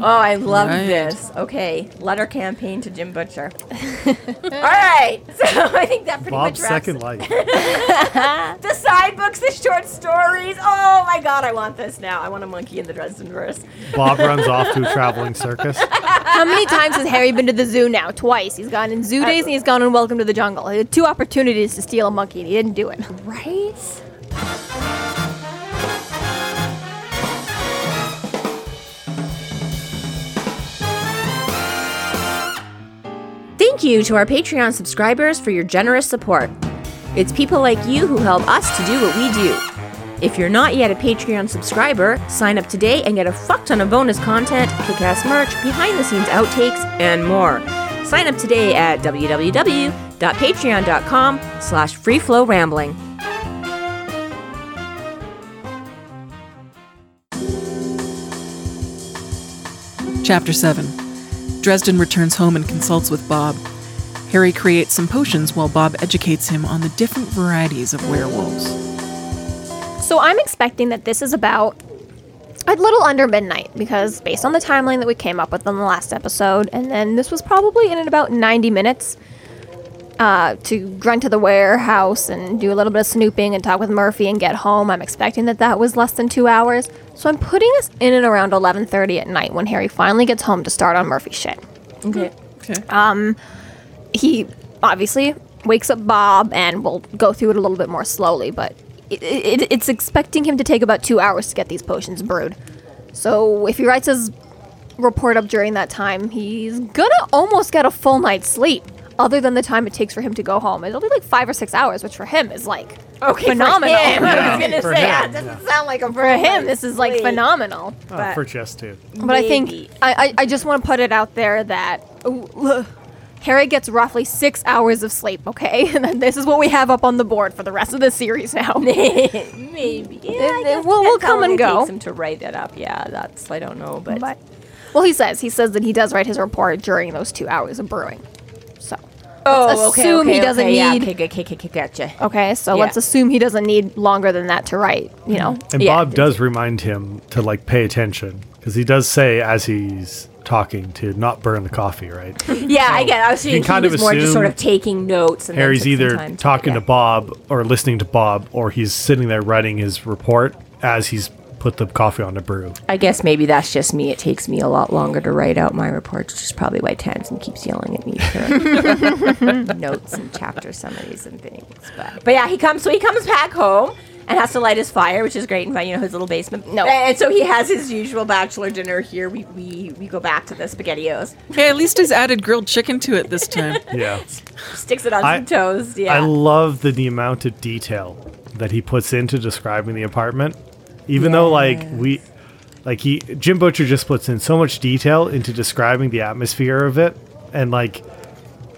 Speaker 4: oh, I love
Speaker 2: Right.
Speaker 4: this. Okay, letter campaign to Jim Butcher. All right, so I think that pretty
Speaker 3: Bob's
Speaker 4: much wraps
Speaker 3: second life.
Speaker 4: the side books, the short stories. Oh my god, I want this now. I want a monkey in the Dresden verse.
Speaker 3: Bob runs off to a traveling circus.
Speaker 1: How many times has Harry been to the zoo now? Twice. He's gone in zoo days and he's gone in Welcome to the Jungle. He had two opportunities to steal a monkey and he didn't do it.
Speaker 4: Right? Thank you to our Patreon subscribers for your generous support. It's people like you who help us to do what we do. If you're not yet a Patreon subscriber, sign up today and get a fuck ton of bonus content, kick-ass merch, behind-the-scenes outtakes, and more. Sign up today at www.patreon.com slash freeflowrambling.
Speaker 2: Chapter 7 Dresden returns home and consults with Bob. Harry creates some potions while Bob educates him on the different varieties of werewolves.
Speaker 1: So I'm expecting that this is about a little under midnight because based on the timeline that we came up with on the last episode, and then this was probably in about 90 minutes uh, to run to the warehouse and do a little bit of snooping and talk with Murphy and get home. I'm expecting that that was less than two hours. So I'm putting us in and around 11:30 at night when Harry finally gets home to start on Murphy's shit
Speaker 4: Okay.
Speaker 2: Okay.
Speaker 1: he obviously wakes up Bob, and we'll go through it a little bit more slowly, but it, it, it's expecting him to take about two hours to get these potions brewed. So if he writes his report up during that time, he's gonna almost get a full night's sleep, other than the time it takes for him to go home. It'll be like five or six hours, which for him is like
Speaker 4: Okay,
Speaker 1: phenomenal.
Speaker 4: For him. I
Speaker 3: Yeah,
Speaker 4: was gonna
Speaker 3: for
Speaker 4: say
Speaker 3: him,
Speaker 4: that doesn't sound like a
Speaker 1: For him, this is like
Speaker 4: Wait.
Speaker 1: phenomenal.
Speaker 3: Oh,
Speaker 4: But-
Speaker 3: for chess too.
Speaker 1: But I
Speaker 4: Maybe.
Speaker 1: think I, I, I just want to put it out there that ooh, ugh, Harry gets roughly six hours of sleep, okay? And then this is what we have up on the board for the rest of the series now.
Speaker 4: maybe. Yeah,
Speaker 1: Then-
Speaker 4: I
Speaker 1: then
Speaker 4: guess
Speaker 1: we'll-
Speaker 4: it
Speaker 1: we'll
Speaker 4: depends how
Speaker 1: come
Speaker 4: long
Speaker 1: and
Speaker 4: it
Speaker 1: go.
Speaker 4: Takes him to write it up. Yeah, that's I don't know, but,
Speaker 1: But, well, he says. He says that he does write his report during those two hours of brewing. So,
Speaker 4: oh,
Speaker 1: assume he doesn't
Speaker 4: yeah,
Speaker 1: need-
Speaker 4: Okay, okay, okay, okay, gotcha.
Speaker 1: okay, so
Speaker 4: Yeah. Mm-hmm.
Speaker 1: let's assume he doesn't need longer than that to write, you know?
Speaker 3: And
Speaker 4: Yeah.
Speaker 3: Bob does remind him to like pay attention because he does say as he's talking to not burn the coffee, right?
Speaker 4: Yeah, I get. It. I was thinking
Speaker 3: kind
Speaker 4: he
Speaker 3: of
Speaker 4: was more just sort
Speaker 3: assume
Speaker 4: of taking notes. And then
Speaker 3: Harry's
Speaker 4: took some
Speaker 3: either
Speaker 4: time
Speaker 3: talking
Speaker 4: yeah.
Speaker 3: to Bob or listening to Bob, or he's sitting there writing his report as he's put the coffee on the brew.
Speaker 4: I guess maybe that's just me. It takes me a lot longer to write out my reports, which is probably why Tamsin keeps yelling at me for notes and chapter summaries and things. But, but yeah, he comes. So he comes back home and has to light his fire, which is great. And you know his little basement.
Speaker 1: No.
Speaker 4: and so he has his usual bachelor dinner here. We we, we go back to the spaghettios,
Speaker 2: Hey, at least he's added grilled chicken to it this time.
Speaker 3: Yeah.
Speaker 4: sticks it on
Speaker 3: I-
Speaker 4: some toast. Yeah,
Speaker 3: I love the, the amount of detail that he puts into describing the apartment. Even though like we like he Jim Butcher just puts in so much detail into describing the atmosphere of it and like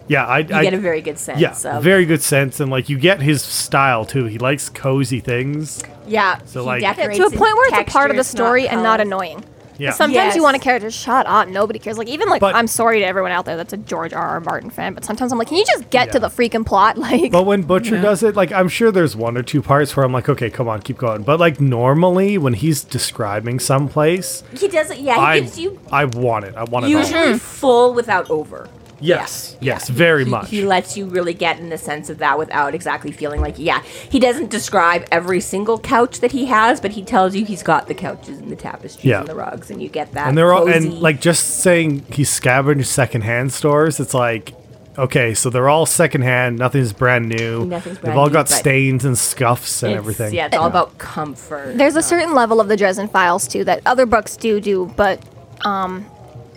Speaker 3: yeah, I,
Speaker 4: you
Speaker 3: I
Speaker 4: get a very good sense.
Speaker 3: yeah,
Speaker 4: of,
Speaker 3: very good sense and like you get his style too. He likes cozy things.
Speaker 4: yeah.
Speaker 3: So,
Speaker 4: he
Speaker 3: like- Yeah, to
Speaker 1: Yeah,
Speaker 4: decorates
Speaker 1: to a
Speaker 4: in
Speaker 1: point where it's a part of the
Speaker 4: textures,
Speaker 1: story and not
Speaker 4: colors.
Speaker 1: annoying.
Speaker 3: Yeah.
Speaker 1: Sometimes you
Speaker 4: Yes.
Speaker 1: want a character to shut up. Nobody cares. Like even like
Speaker 3: But-
Speaker 1: I'm sorry to everyone out there that's a George R. R. Martin fan, but sometimes I'm like, can you just get to the
Speaker 3: Yeah.
Speaker 1: freaking plot? Like
Speaker 3: But when Butcher does it, like I'm sure there's one or two parts where I'm like, okay, come on, keep going. But like normally when he's describing someplace,
Speaker 4: He does it. Yeah, he
Speaker 3: I
Speaker 4: gives you
Speaker 3: I want it. I want it all.
Speaker 4: usually full without over.
Speaker 3: Yes.
Speaker 4: Yeah.
Speaker 3: Yes, very
Speaker 4: He-
Speaker 3: much.
Speaker 4: He lets you really get in the sense of that without exactly feeling like, yeah. He doesn't describe every single couch that he has, but he tells you he's got the couches and the tapestries
Speaker 3: Yeah.
Speaker 4: and the rugs, and you get that.
Speaker 3: and they're all
Speaker 4: cozy-
Speaker 3: and like just saying he scavenged secondhand stores. It's like, okay, so they're all secondhand. Nothing's brand new.
Speaker 4: Nothing's
Speaker 3: They've
Speaker 4: brand
Speaker 3: all
Speaker 4: new,
Speaker 3: got
Speaker 4: but
Speaker 3: stains and scuffs and
Speaker 4: it's-
Speaker 3: everything.
Speaker 4: Yeah, it's all about comfort.
Speaker 1: There's a certain level of the Dresden Files too that other books do do, but um,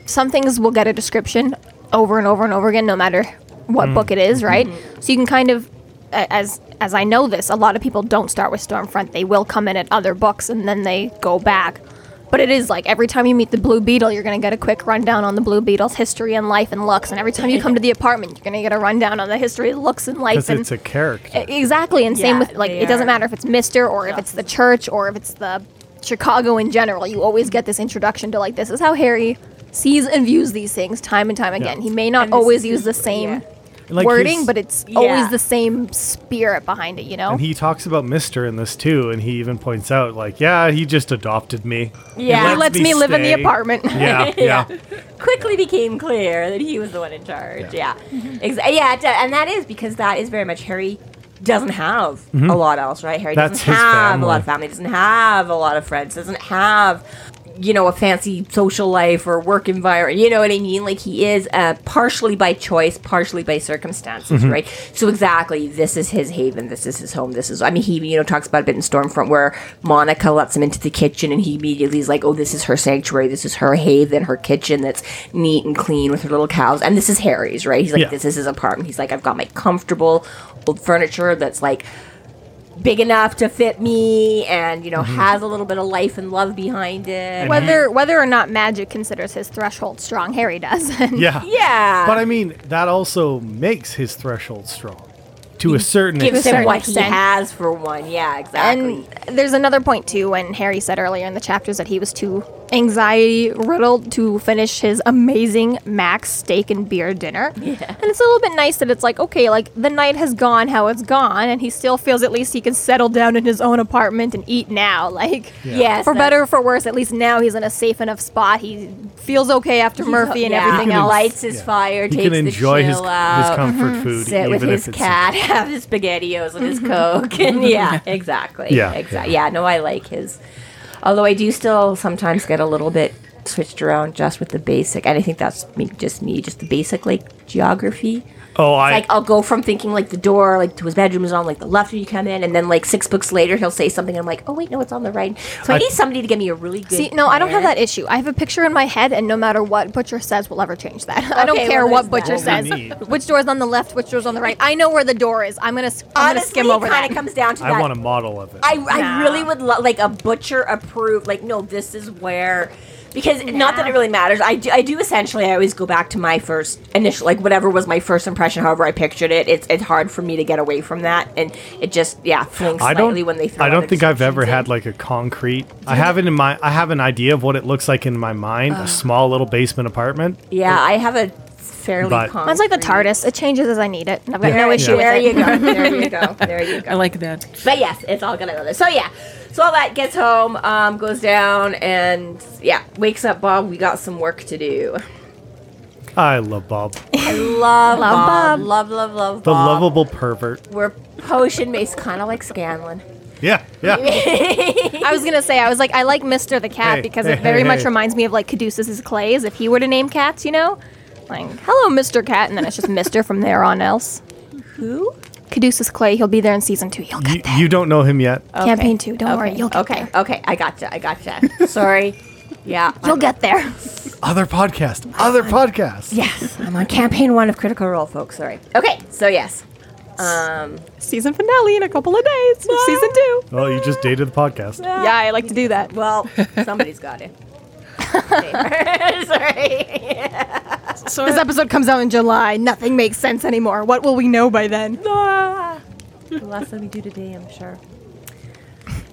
Speaker 1: some things will get a description over and over and over again, no matter
Speaker 3: Mm.
Speaker 1: what book it
Speaker 3: Mm-hmm.
Speaker 1: is, right? So you can kind of, a- as as I know this, a lot of people don't start with Stormfront. They will come in at other books and then they go back. But it is like every time you meet the Blue Beetle, you're gonna get a quick rundown on the Blue Beetle's history and life and looks, and every time you come to the apartment, you're gonna get a rundown on the history, looks, and life.
Speaker 3: because
Speaker 1: and
Speaker 3: it's a character.
Speaker 1: E, Exactly, and same
Speaker 4: Yeah,
Speaker 1: with like
Speaker 4: they
Speaker 1: it doesn't
Speaker 4: are-
Speaker 1: matter if it's Mister or if it's the church or if it's the Chicago in general. You always get this introduction to like this is how Harry sees and views these things time and time again. He may not
Speaker 4: And this
Speaker 1: always
Speaker 4: is
Speaker 1: use the
Speaker 4: his- yeah.
Speaker 1: same
Speaker 3: And, like,
Speaker 1: wording,
Speaker 3: his-
Speaker 1: but it's
Speaker 4: Yeah.
Speaker 1: always the same spirit behind it. You know,
Speaker 3: And he talks about Mister in this too, and he even points out like, yeah, he just adopted me.
Speaker 4: Yeah.
Speaker 1: he
Speaker 4: lets
Speaker 1: lets me, live in the
Speaker 3: stay.
Speaker 1: apartment.
Speaker 3: Yeah, yeah.
Speaker 4: quickly became clear that he was the one in charge. Yeah, Ex- yeah, it do- and that is because that is very much Harry doesn't have a lot else, right? Harry
Speaker 3: Mm-hmm. That's
Speaker 4: doesn't
Speaker 3: his
Speaker 4: have a
Speaker 3: family.
Speaker 4: lot of family, doesn't have a lot of friends, doesn't have you know a fancy social life or work environment. You know what I mean? Like he is uh, partially by choice, partially by circumstances, right? So exactly, this is his haven, this is his home, this is. I mean, he even, you know talks about a bit in Stormfront where Monica lets him into the kitchen, and he immediately is like, "Oh, this is her sanctuary, this is her haven, her kitchen that's neat and clean with her little cows." And this is Harry's, right? He's like,
Speaker 3: Yeah.
Speaker 4: "This is his apartment." He's like, "I've got my comfortable old furniture that's like." big enough to fit me and you know
Speaker 3: Mm-hmm.
Speaker 4: has a little bit of life and love behind it
Speaker 1: Whether whether or not magic considers his threshold strong, Harry does. And
Speaker 3: yeah,
Speaker 4: yeah
Speaker 3: But I mean, that also makes his threshold strong to a certain
Speaker 4: gives
Speaker 3: extent.
Speaker 4: him
Speaker 1: certain
Speaker 4: what
Speaker 1: extent.
Speaker 4: he has for one yeah exactly
Speaker 1: And there's another point too when Harry said earlier in the chapters that he was too anxiety riddled to finish his amazing Max steak and beer dinner. Yeah. And it's a little bit nice that it's like, okay, like the night has gone how it's gone and he still feels at least he can settle down in his own apartment and eat now. Like
Speaker 4: Yes,
Speaker 1: for
Speaker 4: that-
Speaker 1: better or for worse, at least now he's in a safe enough spot. He feels okay after Murphy and
Speaker 4: yeah.
Speaker 1: everything else.
Speaker 4: lights his
Speaker 3: Yeah.
Speaker 4: fire
Speaker 3: he
Speaker 4: takes
Speaker 3: can enjoy
Speaker 4: the
Speaker 3: his,
Speaker 4: chill out
Speaker 3: his comfort food,
Speaker 4: sit
Speaker 3: even
Speaker 4: with
Speaker 3: if
Speaker 4: his
Speaker 3: it's
Speaker 4: cat have his spaghettios and his coke and yeah exactly
Speaker 3: Yeah,
Speaker 4: exactly yeah no i like his although i do still sometimes get a little bit switched around just with the basic and i think that's me just me just the basic like geography
Speaker 3: Oh, I
Speaker 4: like I'll go from thinking like the door like to his bedroom is on like the left when you come in, and then like six books later he'll say something. And I'm like, oh wait, no, it's on the right. So I,
Speaker 3: I-
Speaker 4: need somebody to give me a really good.
Speaker 1: See, no, I don't have
Speaker 4: plan.
Speaker 1: that issue. I have a picture in my head, and no matter what Butcher says, will ever change that. I don't
Speaker 4: Okay,
Speaker 1: care
Speaker 4: well,
Speaker 1: what
Speaker 4: there's
Speaker 1: Butcher
Speaker 3: that.
Speaker 1: says.
Speaker 3: What we need.
Speaker 1: Which door's on the left? Which door's on the right? I know where the door is. I'm gonna, s- I'm gonna
Speaker 4: Honestly,
Speaker 1: skim over
Speaker 4: it kind
Speaker 1: that.
Speaker 4: of comes down to that.
Speaker 3: I want a model of it.
Speaker 4: I, I really would love like a butcher approved like no this is where because not that it really matters I do, I do essentially I always go back to my first initial like whatever was my first impression however I pictured it it's it's hard for me to get away from that and it just yeah flings
Speaker 3: I
Speaker 4: slightly
Speaker 3: don't.
Speaker 4: when they throw
Speaker 3: I don't
Speaker 4: other
Speaker 3: think I've ever
Speaker 4: descriptions in.
Speaker 3: had like a concrete. I have it in my. I have an idea of what it looks like in my mind. A small little basement apartment.
Speaker 4: yeah I have a fairly
Speaker 3: But-
Speaker 4: concrete
Speaker 1: Mine's like the TARDIS. It changes as I need it, and I've got no
Speaker 4: There-
Speaker 1: issue
Speaker 4: there
Speaker 1: with it.
Speaker 4: you go. There you go. There you
Speaker 2: I
Speaker 4: go.
Speaker 2: like that.
Speaker 4: But yes, it's all gonna go there. So yeah, so all that gets home, um, goes down, and yeah, wakes up Bob. We got some work to do.
Speaker 3: I love Bob, the
Speaker 4: Love,
Speaker 1: Bob.
Speaker 4: Love, love, love Bob.
Speaker 3: lovable pervert.
Speaker 4: We're potion mace, kind of like Scanlan.
Speaker 3: Yeah, yeah.
Speaker 1: I was gonna say I was like I like Mister the Cat
Speaker 3: Hey,
Speaker 1: because
Speaker 3: hey,
Speaker 1: it very
Speaker 3: hey,
Speaker 1: much
Speaker 3: hey.
Speaker 1: reminds me of like Caduceus's clays if he were to name cats, you know, like hello Mister Cat, and then it's just Mister from there on else.
Speaker 4: Who?
Speaker 1: Caduceus Clay, he'll be there in season two. He'll
Speaker 3: You,
Speaker 1: get there.
Speaker 3: you don't know him yet.
Speaker 1: Campaign two, don't worry, you'll get
Speaker 4: okay.
Speaker 1: there.
Speaker 4: Okay. I gotcha. I gotcha. Sorry. Yeah.
Speaker 1: You'll get there.
Speaker 3: Other podcast. Other podcast.
Speaker 4: Yes. I'm on campaign one of Critical Role, folks. Sorry. Okay. So yes. Um.
Speaker 1: Season finale in a couple of days. of Season two.
Speaker 3: Well, you just dated the podcast.
Speaker 1: Yeah, I like to do that.
Speaker 4: Well, somebody's got it. Sorry.
Speaker 2: So
Speaker 1: This episode comes out in July. Nothing makes sense anymore. What will we know by then?
Speaker 4: the last thing we do today, I'm sure.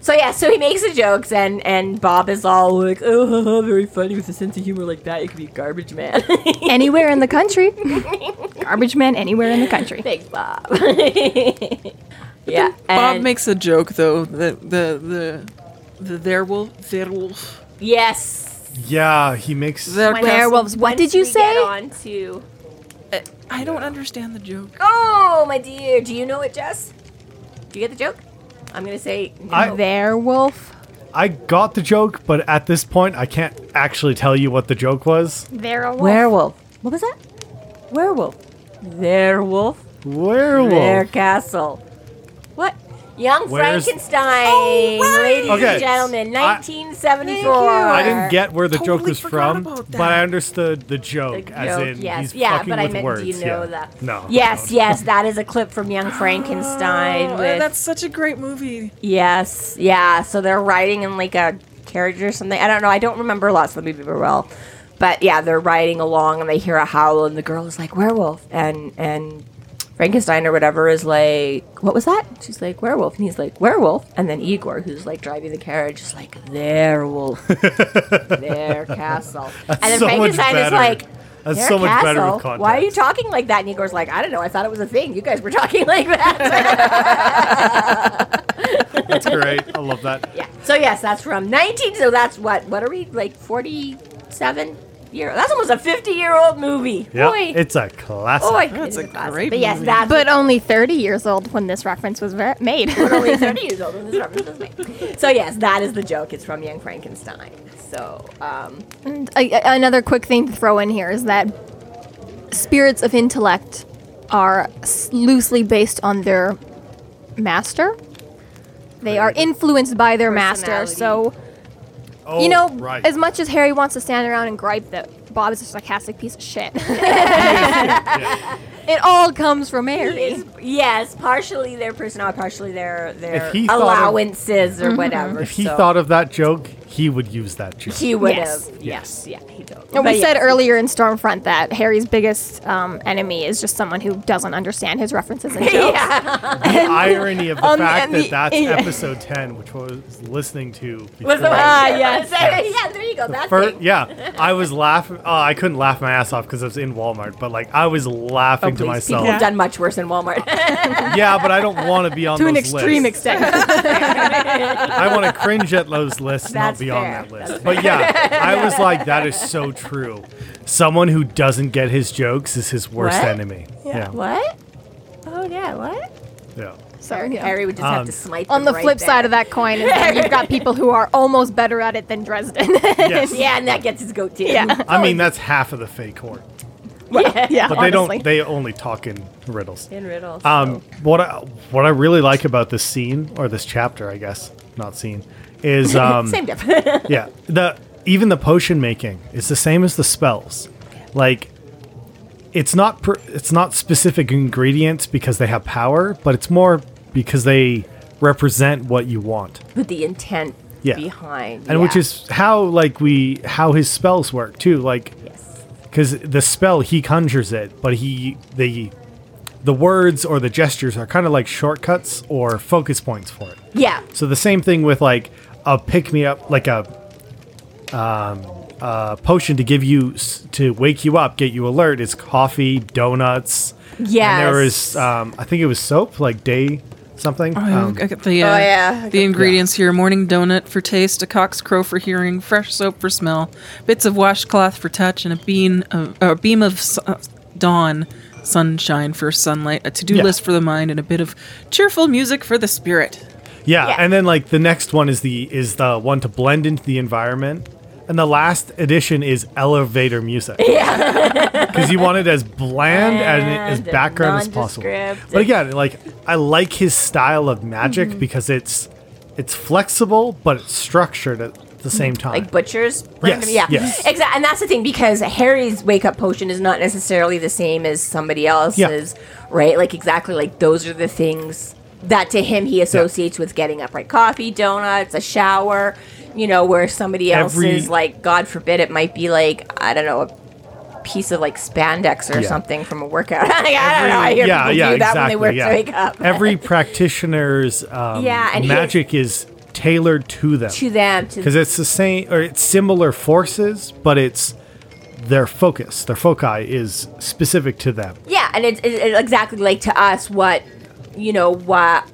Speaker 4: So yeah, so he makes the jokes, and and Bob is all like, "Oh, ha, ha, very funny with a sense of humor like that. You could be a garbage man."
Speaker 1: anywhere in the country. Garbage man anywhere in the country.
Speaker 4: Thanks, Bob. yeah,
Speaker 2: Bob
Speaker 4: and-
Speaker 2: makes a joke though. The the the the werewolf werewolf.
Speaker 4: yes.
Speaker 3: Yeah, he makes.
Speaker 2: Their
Speaker 1: Werewolves. What did you
Speaker 4: We get
Speaker 1: say?
Speaker 4: on to
Speaker 2: I don't understand the joke.
Speaker 4: oh my dear. Do you know it, Jess? Do you get the joke? I'm gonna say no.
Speaker 3: I-
Speaker 1: Werewolf.
Speaker 3: I got the joke, but at this point, I can't actually tell you what the joke was.
Speaker 1: Werewolf.
Speaker 4: werewolf. What was that? Werewolf. Werewolf. Their
Speaker 3: Werewolf.
Speaker 4: castle. What? Young
Speaker 3: Where's-
Speaker 4: Frankenstein,
Speaker 2: Oh,
Speaker 4: ladies
Speaker 3: Okay.
Speaker 4: and gentlemen,
Speaker 3: I-
Speaker 4: 1974.
Speaker 3: I didn't get where the joke
Speaker 2: Totally
Speaker 3: was
Speaker 2: forgot
Speaker 3: from,
Speaker 2: about
Speaker 3: but
Speaker 2: that.
Speaker 3: I understood the joke,
Speaker 4: The
Speaker 3: as
Speaker 4: joke,
Speaker 3: in
Speaker 4: yes,
Speaker 3: he's
Speaker 4: yeah,
Speaker 3: fucking
Speaker 4: but I
Speaker 3: with
Speaker 4: meant,
Speaker 3: words.
Speaker 4: do you know
Speaker 3: yeah.
Speaker 4: that?
Speaker 3: No.
Speaker 4: Yes, yes, that is a clip from Young Frankenstein.
Speaker 2: Oh,
Speaker 4: with-
Speaker 2: that's such a great movie.
Speaker 4: yes, yeah. So they're riding in like a carriage or something. I don't know. I don't remember lots of the movie very well, but yeah, they're riding along and they hear a howl and the girl is like werewolf and and Frankenstein or whatever is like, what was that? She's like werewolf and he's like werewolf and then Igor who's like driving the carriage is like their wolf, their castle, and then
Speaker 3: so much
Speaker 4: Frankenstein is
Speaker 3: better.
Speaker 4: like.
Speaker 3: That's
Speaker 4: Their
Speaker 3: so much
Speaker 4: castle.
Speaker 3: better with context.
Speaker 4: Why are you talking like that? And Igor's like, I don't know. I thought it was a thing. You guys were talking like that.
Speaker 3: That's great. I love that.
Speaker 4: yeah. So yes, that's from 19. So that's what? What are we like? 47 year. That's almost a 50 year old movie.
Speaker 3: Yeah,
Speaker 4: Boy.
Speaker 3: it's a classic.
Speaker 4: Boy.
Speaker 2: That's
Speaker 4: It
Speaker 2: a
Speaker 4: is classic.
Speaker 2: great
Speaker 4: But yes,
Speaker 2: movie.
Speaker 4: that's
Speaker 1: But only 30 years old when this reference was ver- made.
Speaker 4: only 30 years old when this reference was made. So yes, that is the joke. It's from Young Frankenstein. So um,
Speaker 1: And a- a- another quick thing to throw in here is that spirits of intellect are s- loosely based on their master. They are influenced by their master. So,
Speaker 3: Oh,
Speaker 1: you know,
Speaker 3: right.
Speaker 1: as much as Harry wants to stand around and gripe that Bob is a sarcastic piece of shit,
Speaker 3: Yeah.
Speaker 1: it all comes from
Speaker 4: it
Speaker 1: Harry.
Speaker 4: is, yes, partially their personality, partially their their
Speaker 3: If he thought of-
Speaker 4: allowances
Speaker 1: Mm-hmm.
Speaker 4: or whatever.
Speaker 3: If he
Speaker 4: so
Speaker 3: thought of that joke, he would use that joke.
Speaker 4: he would
Speaker 1: Yes.
Speaker 4: have. Yes. Yeah. He totally.
Speaker 1: And we
Speaker 4: But
Speaker 1: said
Speaker 4: yes.
Speaker 1: earlier in Stormfront that Harry's biggest um, enemy is just someone who doesn't understand his references and jokes. Ah,
Speaker 3: the irony of the
Speaker 1: Um,
Speaker 3: fact
Speaker 1: and
Speaker 3: that
Speaker 1: the-
Speaker 3: that's
Speaker 1: yeah.
Speaker 3: episode 10, which was listening to.
Speaker 4: Was the
Speaker 3: before.
Speaker 4: ah,
Speaker 1: yes.
Speaker 4: yeah, there you go. That's
Speaker 3: Fir-
Speaker 4: it.
Speaker 3: yeah, I was laughing. Oh, I couldn't laugh my ass off because I was in Walmart, but like I was laughing to myself.
Speaker 4: People have done much worse in Walmart.
Speaker 3: Yeah, but I don't want to be on
Speaker 1: To an
Speaker 3: those
Speaker 1: extreme
Speaker 3: lists.
Speaker 1: extent.
Speaker 3: I want to cringe at those lists,
Speaker 4: That's
Speaker 3: not be
Speaker 4: fair.
Speaker 3: on that list. But yeah, I was like, that is so true. Someone who doesn't get his jokes is his worst
Speaker 4: What?
Speaker 3: enemy. Yeah. Yeah.
Speaker 4: what? Oh yeah, what?
Speaker 1: so,
Speaker 4: Harry,
Speaker 1: yeah.
Speaker 4: Harry would just have
Speaker 3: Um,
Speaker 4: to smite.
Speaker 1: On
Speaker 4: them
Speaker 1: the
Speaker 4: right
Speaker 1: flip
Speaker 4: there.
Speaker 1: side of that coin, is that you've got people who are almost better at it than Dresden.
Speaker 3: Yes.
Speaker 4: yeah, and that gets his goat too.
Speaker 1: Yeah.
Speaker 3: I mean, that's half of the fake horn.
Speaker 1: yeah,
Speaker 3: But they
Speaker 1: honestly.
Speaker 3: don't, they only talk in riddles.
Speaker 4: in riddles.
Speaker 3: Um, what I, what I really like about this scene or this chapter, I guess, not scene, is um,
Speaker 4: Same difference.
Speaker 3: yeah the even the potion making is the same as the spells like it's not per, it's not specific ingredients because they have power but it's more because they represent what you want
Speaker 4: With the intent
Speaker 3: Yeah.
Speaker 4: behind,
Speaker 3: and which
Speaker 4: yeah.
Speaker 3: is how like we how his spells work too like
Speaker 4: Yes.
Speaker 3: because the spell he conjures it but he the the words or the gestures are kind of like shortcuts or focus points for it
Speaker 4: yeah,
Speaker 3: so the same thing with like a pick me up, like a um, uh, potion to give you s- to wake you up, get you alert. Is coffee, donuts.
Speaker 4: Yes.
Speaker 3: And there is, um, I think it was soap, like day something. Um,
Speaker 2: I got the, uh,
Speaker 4: Oh, yeah.
Speaker 2: the ingredients here morning donut for taste, a cock's crow for hearing, fresh soap for smell, bits of washcloth for touch, and a bean of, uh, a beam of s- uh, dawn, sunshine for sunlight, a to do
Speaker 3: Yeah.
Speaker 2: list for the mind, and a bit of cheerful music for the spirit.
Speaker 3: Yeah,
Speaker 4: Yeah.
Speaker 3: and then like the next one is the is the one to blend into the environment, and the last edition is elevator music. Yeah, because you want it as bland and as
Speaker 4: Bland and
Speaker 3: background as possible.
Speaker 4: nondescript. Mm-hmm.
Speaker 3: But again, like I like his style of magic because it's it's flexible but it's structured at the same time.
Speaker 4: like butchers. Random,
Speaker 3: Yes,
Speaker 4: yeah,
Speaker 3: yes.
Speaker 4: exactly. And that's the thing because Harry's wake up potion is not necessarily the same as somebody else's, right? Like exactly, like those are the things that to him he associates with getting up, right? Coffee, donuts, a shower, you know, where somebody else
Speaker 3: Every-
Speaker 4: is like, God forbid, it might be like I don't know. a Piece of like spandex or
Speaker 3: Yeah.
Speaker 4: something from a workout. Like, I don't know. I hear people do that when they work
Speaker 3: yeah.
Speaker 4: to wake up.
Speaker 3: Every practitioner's um,
Speaker 4: Yeah, and his-
Speaker 3: magic is tailored to them.
Speaker 4: to them, to
Speaker 3: because it's the same or it's similar forces, but it's their focus, their foci is specific to them.
Speaker 4: Yeah, and it's, it's it's exactly like to us what you know what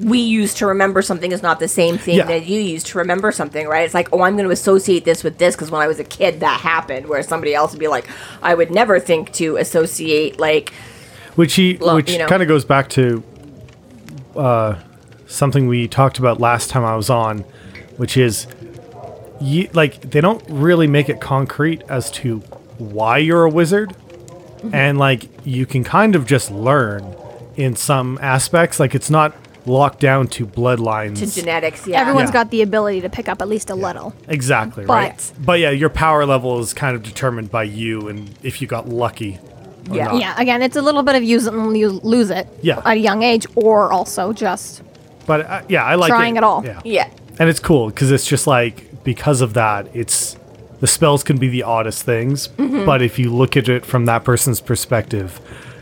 Speaker 4: we use to remember something is not the same thing
Speaker 3: Yeah.
Speaker 4: that you use to remember something, right? It's like, oh, I'm going to associate this with this because when I was a kid, that happened. Where somebody else would be like, I would never think to associate like
Speaker 3: Which he,
Speaker 4: Well,
Speaker 3: which
Speaker 4: you know.
Speaker 3: kind of goes back to uh, something we talked about last time I was on, which is you, like they don't really make it concrete as to why you're a wizard,
Speaker 4: Mm-hmm.
Speaker 3: and like you can kind of just learn in some aspects. Like it's not locked down to bloodlines
Speaker 4: to genetics. Yeah,
Speaker 1: Everyone's
Speaker 3: Yeah.
Speaker 1: got the ability to pick up at least a little.
Speaker 3: Exactly,
Speaker 1: But-
Speaker 3: right? But yeah, your power level is kind of determined by you and if you got lucky. or
Speaker 4: Yeah.
Speaker 3: not.
Speaker 1: Yeah, again, it's a little bit of use it and you lose it
Speaker 3: Yeah.
Speaker 1: at a young age, or also just
Speaker 3: But uh, yeah, I like
Speaker 1: Trying
Speaker 3: it.
Speaker 1: it all.
Speaker 3: Yeah.
Speaker 4: yeah,
Speaker 3: And it's cool because it's just like because of that, it's the spells can be the oddest things, but if you look at it from that person's perspective,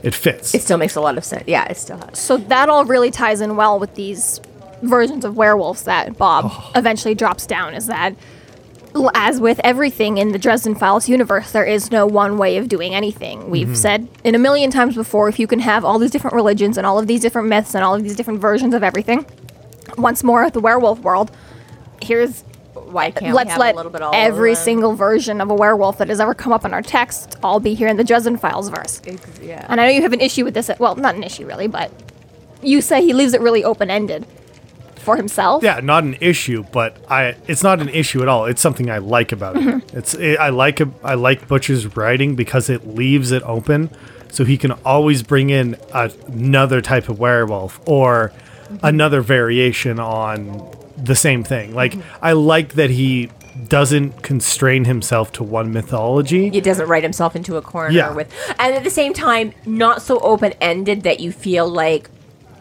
Speaker 3: it fits.
Speaker 4: it still makes a lot of sense. Yeah, it still has.
Speaker 1: so that all really ties in well with these versions of werewolves that Bob eventually drops down. Is that l- as with everything in the Dresden Files universe, there is no one way of doing anything. We've said in a million times before if you can have all these different religions and all of these different myths and all of these different versions of everything, once more at the werewolf world, here's
Speaker 4: Why can't we
Speaker 1: let's
Speaker 4: have
Speaker 1: let
Speaker 4: a little bit all
Speaker 1: every
Speaker 4: of them?
Speaker 1: single version of a werewolf that has ever come up in our text all be here in the Dresden Files verse.
Speaker 4: Ex- yeah.
Speaker 1: And I know you have an issue with this. Well, not an issue really, but you say he leaves it really open ended for himself.
Speaker 3: yeah, not an issue, but I it's not an issue at all. It's something I like about it.
Speaker 1: Mm-hmm.
Speaker 3: It's it, I like I like Butcher's writing because it leaves it open, so he can always bring in a, another type of werewolf or
Speaker 1: Mm-hmm.
Speaker 3: another variation on the same thing. Like
Speaker 1: Mm-hmm.
Speaker 3: I like that he doesn't constrain himself to one mythology.
Speaker 4: It doesn't write himself into a corner
Speaker 3: Yeah.
Speaker 4: with, and at the same time, not so open ended that you feel like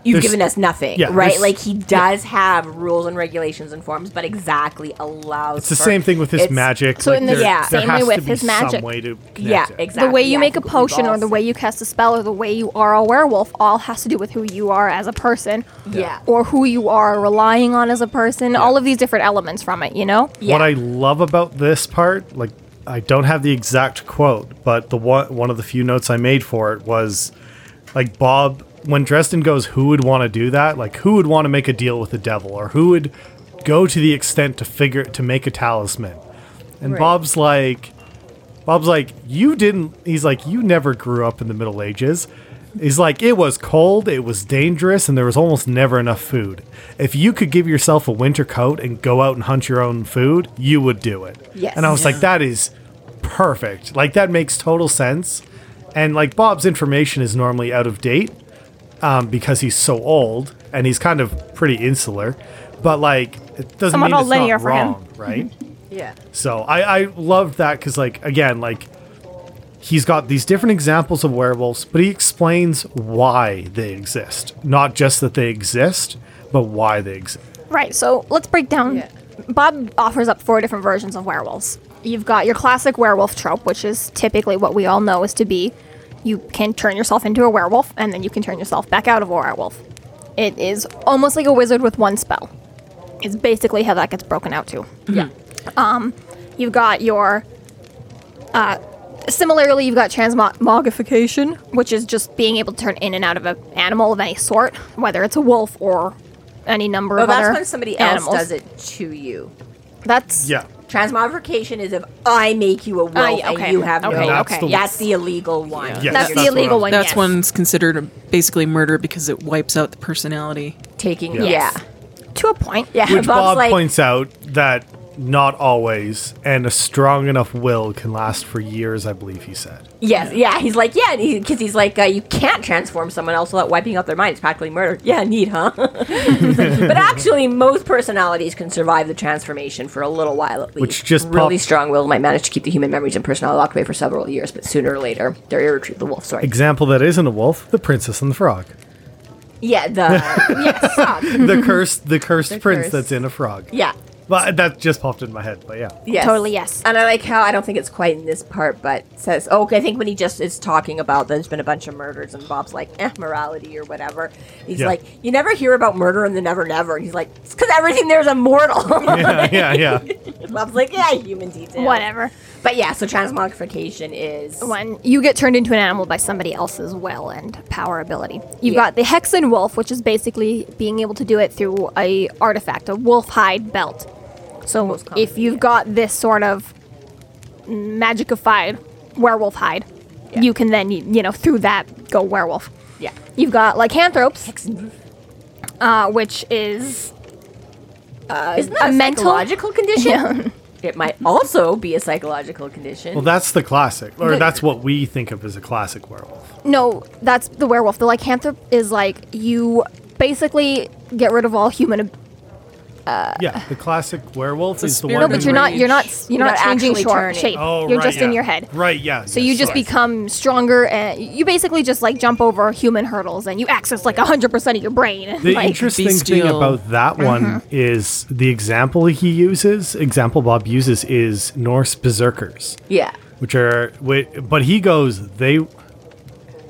Speaker 4: you've
Speaker 3: There's-
Speaker 4: given us nothing,
Speaker 3: yeah,
Speaker 4: right?
Speaker 3: there's-
Speaker 4: Like he does have rules and regulations and forms, but exactly allows.
Speaker 3: It's the same thing with his
Speaker 4: it's-
Speaker 3: magic.
Speaker 1: So in the
Speaker 4: Yeah.
Speaker 1: same way
Speaker 3: has to
Speaker 1: with
Speaker 3: be
Speaker 1: his
Speaker 3: some
Speaker 1: magic.
Speaker 3: way to connect
Speaker 4: Yeah,
Speaker 3: it.
Speaker 4: exactly.
Speaker 1: The way you
Speaker 4: yeah,
Speaker 1: make a
Speaker 4: completely
Speaker 1: potion or the
Speaker 4: balls.
Speaker 1: way you cast a spell or the way you are a werewolf all has to do with who you are as a person.
Speaker 4: Yeah.
Speaker 1: Or who you are relying on as a person. All of these different elements from it, you know?
Speaker 4: Yeah.
Speaker 3: What I love about this part, like I don't have the exact quote, but the one one of the few notes I made for it was like Bob when Dresden goes, who would want to do that? Like who would want to make a deal with the devil or who would go to the extent to figure to make a talisman? And
Speaker 4: Right.
Speaker 3: Bob's like Bob's like, you didn't. He's like, you never grew up in the Middle Ages. He's like, it was cold, it was dangerous, and there was almost never enough food. If you could give yourself a winter coat and go out and hunt your own food, you would do it.
Speaker 4: Yes.
Speaker 3: And I was like, that is perfect. Like, that makes total sense. And like, Bob's information is normally out of date um, because he's so old and he's kind of pretty insular. But like, it doesn't
Speaker 1: Somewhat
Speaker 3: mean
Speaker 1: all
Speaker 3: it's
Speaker 1: linear
Speaker 3: not
Speaker 1: for him.
Speaker 3: wrong, right?
Speaker 4: yeah.
Speaker 3: So I, I loved that because, like, again, like he's got these different examples of werewolves, but he explains why they exist, not just that they exist, but why they exist.
Speaker 1: Right. So let's break down.
Speaker 4: Yeah.
Speaker 1: Bob offers up four different versions of werewolves. You've got your classic werewolf trope, which is typically what we all know is to be you can turn yourself into a werewolf and then you can turn yourself back out of a werewolf. It is almost like a wizard with one spell. It's basically how that gets broken out to.
Speaker 4: Mm-hmm.
Speaker 1: Yeah. Um, you've got your uh, similarly, you've got transmogrification, which is just being able to turn in and out of an animal of any sort, whether it's a wolf or any number
Speaker 4: Oh,
Speaker 1: of other
Speaker 4: that's when somebody else
Speaker 1: animals.
Speaker 4: does it to you.
Speaker 1: That's
Speaker 3: Yeah.
Speaker 4: Transmogrification is if I make you a wolf
Speaker 1: Ah, yeah, okay.
Speaker 4: and you have
Speaker 1: Okay,
Speaker 4: no.
Speaker 3: That's okay. the-
Speaker 4: That's the illegal one.
Speaker 3: Yes,
Speaker 1: That's the
Speaker 3: what
Speaker 1: illegal
Speaker 3: I'm-
Speaker 1: one.
Speaker 2: That's
Speaker 1: yes.
Speaker 2: one's considered a, basically murder because it wipes out the personality.
Speaker 4: Taking.
Speaker 3: Yes.
Speaker 4: Yeah.
Speaker 1: To to a point.
Speaker 4: Yeah,
Speaker 3: Which
Speaker 4: Bob's
Speaker 3: Bob
Speaker 4: like,
Speaker 3: points out that not always, and a strong enough will can last for years, I believe he said.
Speaker 4: yes, yeah. He's like, yeah, because he's like, uh, you can't transform someone else without wiping out their mind. It's practically murder. Yeah, neat, huh? but actually, most personalities can survive the transformation for a little while at least.
Speaker 3: Which just
Speaker 4: really
Speaker 3: pop-
Speaker 4: strong will might manage to keep the human memories and personality locked away for several years, but sooner or later they're irretrievable. Sorry.
Speaker 3: Example that isn't a wolf, the princess and the frog.
Speaker 4: yeah, the yeah, frog.
Speaker 3: The cursed the cursed prince
Speaker 4: cursed.
Speaker 3: that's in a frog.
Speaker 4: Yeah.
Speaker 3: But that just popped in my head, but yeah.
Speaker 4: Yes.
Speaker 1: Totally yes.
Speaker 4: And I like how I don't think it's quite in this part, but says, "Oh, okay." I think when he just is talking about there's been a bunch of murders, and Bob's like, "Eh, morality or whatever." He's
Speaker 3: Yeah.
Speaker 4: like, "You never hear about murder in the Never Never." He's like, "It's because everything there's immortal."
Speaker 3: Yeah, yeah, yeah.
Speaker 4: And Bob's like, "Yeah, human detail."
Speaker 1: Whatever.
Speaker 4: But yeah, so transmogrification is
Speaker 1: When you get turned into an animal by somebody else's will and power ability, you've
Speaker 4: Yeah.
Speaker 1: got the Hexen Wolf, which is basically being able to do it through a artifact, a wolf hide belt. So
Speaker 4: Most common,
Speaker 1: if you've got this sort of magicified werewolf hide,
Speaker 4: Yeah.
Speaker 1: you can then you know through that go werewolf.
Speaker 4: yeah.
Speaker 1: You've got lycanthropes, uh, which is
Speaker 4: Isn't that
Speaker 1: a
Speaker 4: Uh, a,
Speaker 1: mental-
Speaker 4: psychological condition? It might also be a psychological condition.
Speaker 3: Well that's the classic. Or
Speaker 1: The-
Speaker 3: that's what we think of as a classic werewolf.
Speaker 1: No, that's the werewolf. The lycanthrope is like you basically get rid of all human. Ab-
Speaker 3: yeah,
Speaker 1: Uh,
Speaker 3: the classic werewolf
Speaker 2: a
Speaker 3: is the
Speaker 2: spirit
Speaker 3: one
Speaker 1: no,
Speaker 2: Human
Speaker 1: but you're not. You're not.
Speaker 2: rage.
Speaker 1: You're,
Speaker 4: You're
Speaker 1: not,
Speaker 4: not
Speaker 1: changing
Speaker 4: actually
Speaker 1: short
Speaker 4: turning.
Speaker 1: shape.
Speaker 3: Oh,
Speaker 1: you're
Speaker 3: right,
Speaker 1: just in
Speaker 3: yeah.
Speaker 1: your head.
Speaker 3: Right, yeah.
Speaker 1: So you just become stronger, and you basically just like jump over human hurdles, and you access like hundred percent of your brain. and,
Speaker 3: The
Speaker 1: like, Mm-hmm.
Speaker 3: interesting thing
Speaker 2: bestial.
Speaker 3: about that one is the example he uses, example Bob uses is Norse berserkers,
Speaker 4: yeah.
Speaker 3: which are wi- but he goes they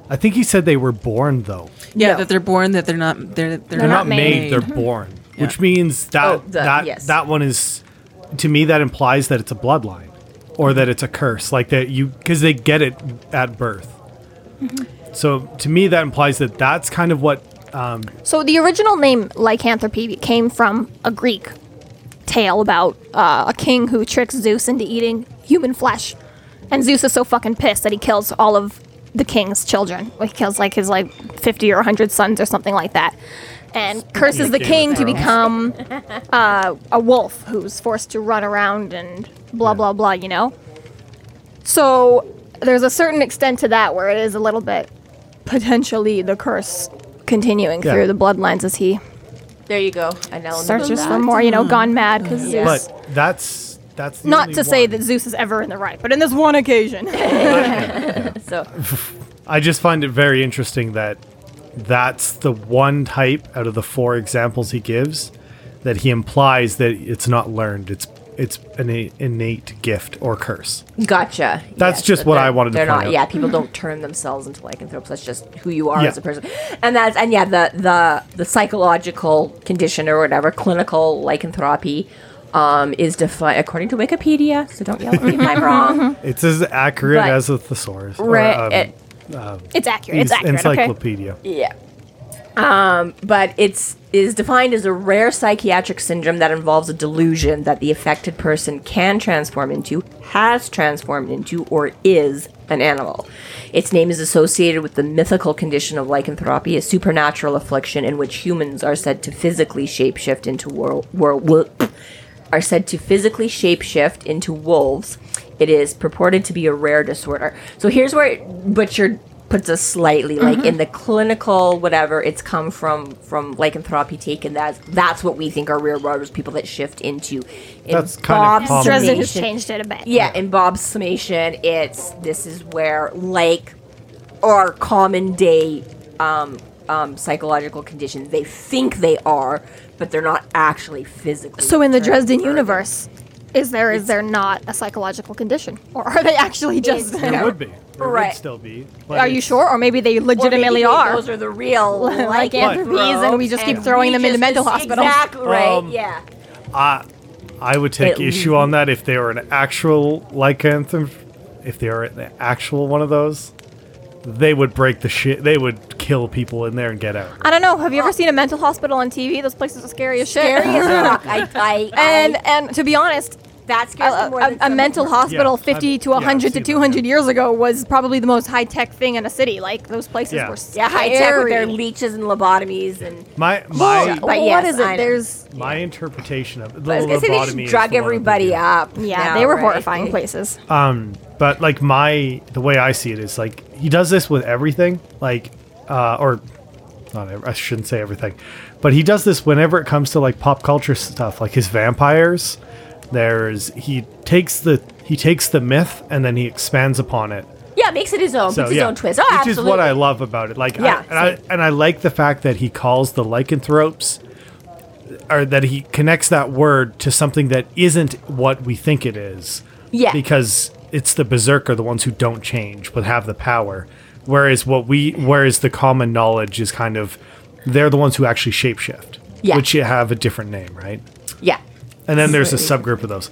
Speaker 3: I think he said they were born though.
Speaker 2: Yeah,
Speaker 4: No.
Speaker 2: that they're born, that they're not. They're, they're,
Speaker 3: They're
Speaker 1: not
Speaker 3: not,
Speaker 1: made.
Speaker 3: made, they're born, which means that
Speaker 4: Oh, the-
Speaker 3: that
Speaker 4: yes.
Speaker 3: that one is to me that implies that it's a bloodline or that it's a curse like that you cuz they get it at birth. So to me that implies that that's kind of what
Speaker 1: So the original name lycanthropy came from a Greek tale about uh, a king who tricks Zeus into eating human flesh, and Zeus is so fucking pissed that he kills all of the king's children. He kills like his like fifty or hundred sons or something like that, and curses
Speaker 3: of
Speaker 1: the
Speaker 3: Game
Speaker 1: king
Speaker 3: of
Speaker 1: to
Speaker 3: Thrones.
Speaker 1: become uh, a wolf who's forced to run around and blah blah blah. You know. So there's a certain extent to that where it is a little bit potentially the curse continuing
Speaker 3: Yeah.
Speaker 1: through the bloodlines as he
Speaker 4: There you go. An element of
Speaker 1: searches for
Speaker 4: that.
Speaker 1: more, you know, gone mad because
Speaker 4: Yeah.
Speaker 1: Zeus.
Speaker 3: but that's that's the
Speaker 1: Not
Speaker 3: only
Speaker 1: to say
Speaker 3: one.
Speaker 1: that Zeus is ever in the right, but in this one occasion.
Speaker 4: So
Speaker 3: I just find it very interesting that that's the one type out of the four examples he gives that he implies that it's not learned. It's it's an i- innate gift or curse.
Speaker 4: Gotcha.
Speaker 3: That's just
Speaker 4: that
Speaker 3: what I
Speaker 4: they're-
Speaker 3: wanted to
Speaker 4: They're
Speaker 3: point
Speaker 4: not.
Speaker 3: out.
Speaker 4: Yeah, people don't turn themselves into lycanthropes. That's just who you are
Speaker 3: Yeah.
Speaker 4: as a person. And that's and yeah, the the the psychological condition or whatever, clinical lycanthropy, um, is defined according to Wikipedia. So don't yell at me if I'm wrong.
Speaker 3: It's as accurate
Speaker 4: But-
Speaker 3: as a thesaurus. or,
Speaker 4: Right.
Speaker 3: um,
Speaker 4: it-
Speaker 1: it's accurate. It's
Speaker 3: en-
Speaker 1: accurate. Okay.
Speaker 3: encyclopedia.
Speaker 4: Yeah. Um, but it's is defined as a rare psychiatric syndrome that involves a delusion that the affected person can transform into, has transformed into, or is an animal. Its name is associated with the mythical condition of lycanthropy, a supernatural affliction in which humans are said to physically shapeshift into world are said to physically shapeshift into wolves. It is purported to be a rare disorder. So here's where Butcher puts us slightly like
Speaker 3: Mm-hmm.
Speaker 4: in the clinical whatever it's come from from lycanthropy taken that's that's what we think are rare robbers people that shift into in
Speaker 3: That's kind of
Speaker 4: Bob's
Speaker 3: common.
Speaker 1: Dresden has
Speaker 4: summation-
Speaker 1: changed it a bit.
Speaker 4: yeah, in Bob's summation, it's this is where like or common day um, um, psychological conditions they think they are, but they're not actually physically.
Speaker 1: So in the
Speaker 4: turned
Speaker 1: Dresden
Speaker 4: further.
Speaker 1: universe, is there is there not a psychological condition, or are they actually just?
Speaker 4: It's-
Speaker 3: It would be. There
Speaker 4: Right.
Speaker 3: would still be. but
Speaker 1: Are you
Speaker 3: it's-
Speaker 1: sure, or maybe they
Speaker 4: Or maybe
Speaker 1: legitimately
Speaker 4: they-
Speaker 1: are?
Speaker 4: Those are the real
Speaker 1: Like
Speaker 4: lycanthropes,
Speaker 1: anthropes, and we just keep throwing
Speaker 4: we
Speaker 1: them into
Speaker 4: just-
Speaker 1: mental hospitals.
Speaker 4: Exactly right.
Speaker 3: Um,
Speaker 4: yeah.
Speaker 3: I would take
Speaker 4: At
Speaker 3: issue on that if they were an actual lycanthropy. If they were an actual one of those, they would break the shit. They would kill people in there and get out.
Speaker 1: I don't know. Have you ever seen a mental hospital on TV? Those places are scary as shit.
Speaker 4: Scary as fuck. I, I, I-
Speaker 1: and and to be honest,
Speaker 4: That
Speaker 1: A,
Speaker 4: scares me more
Speaker 1: a-
Speaker 4: than
Speaker 1: a
Speaker 4: some-
Speaker 1: mental hospital
Speaker 3: Yeah,
Speaker 1: 50
Speaker 3: I've-
Speaker 1: to
Speaker 3: yeah, I've
Speaker 1: 100 to
Speaker 3: seen that,
Speaker 1: 200
Speaker 3: yeah.
Speaker 1: years ago was probably the most high-tech thing in a city. Like those places
Speaker 3: Yeah.
Speaker 1: were
Speaker 4: Yeah, high tech with their
Speaker 1: scary.
Speaker 4: leeches and lobotomies and.
Speaker 3: My
Speaker 1: Well,
Speaker 3: my
Speaker 4: but
Speaker 1: what
Speaker 4: yes,
Speaker 1: is it?
Speaker 4: I know.
Speaker 1: There's
Speaker 3: my interpretation of the
Speaker 4: I was gonna say they
Speaker 3: lobotomy
Speaker 4: just
Speaker 3: is
Speaker 4: drug
Speaker 3: the one I'm
Speaker 4: everybody
Speaker 3: thinking.
Speaker 4: up.
Speaker 1: yeah,
Speaker 4: now,
Speaker 1: they were
Speaker 4: right?
Speaker 1: horrifying
Speaker 4: They-
Speaker 1: places.
Speaker 3: Uh, But like my the way I see it is like he does this with everything, like uh, or not ev- I shouldn't say everything, but he does this whenever it comes to like pop culture stuff, like his vampires. There's he takes the he takes the myth and then he expands upon it.
Speaker 4: Yeah, makes it his own,
Speaker 3: So
Speaker 4: puts his
Speaker 3: yeah,
Speaker 4: own twist. Oh,
Speaker 3: which
Speaker 4: absolutely.
Speaker 3: is what I love about it. Like
Speaker 4: Yeah,
Speaker 3: I, and, I, and I like the fact that he calls the lycanthropes or that he connects that word to something that isn't what we think it is.
Speaker 4: Yeah.
Speaker 3: Because it's the berserker, the ones who don't change but have the power. Whereas what we whereas the common knowledge is kind of they're the ones who actually shapeshift.
Speaker 4: Yeah.
Speaker 3: Which have a different name, right?
Speaker 4: yeah.
Speaker 3: And then there's a subgroup of those.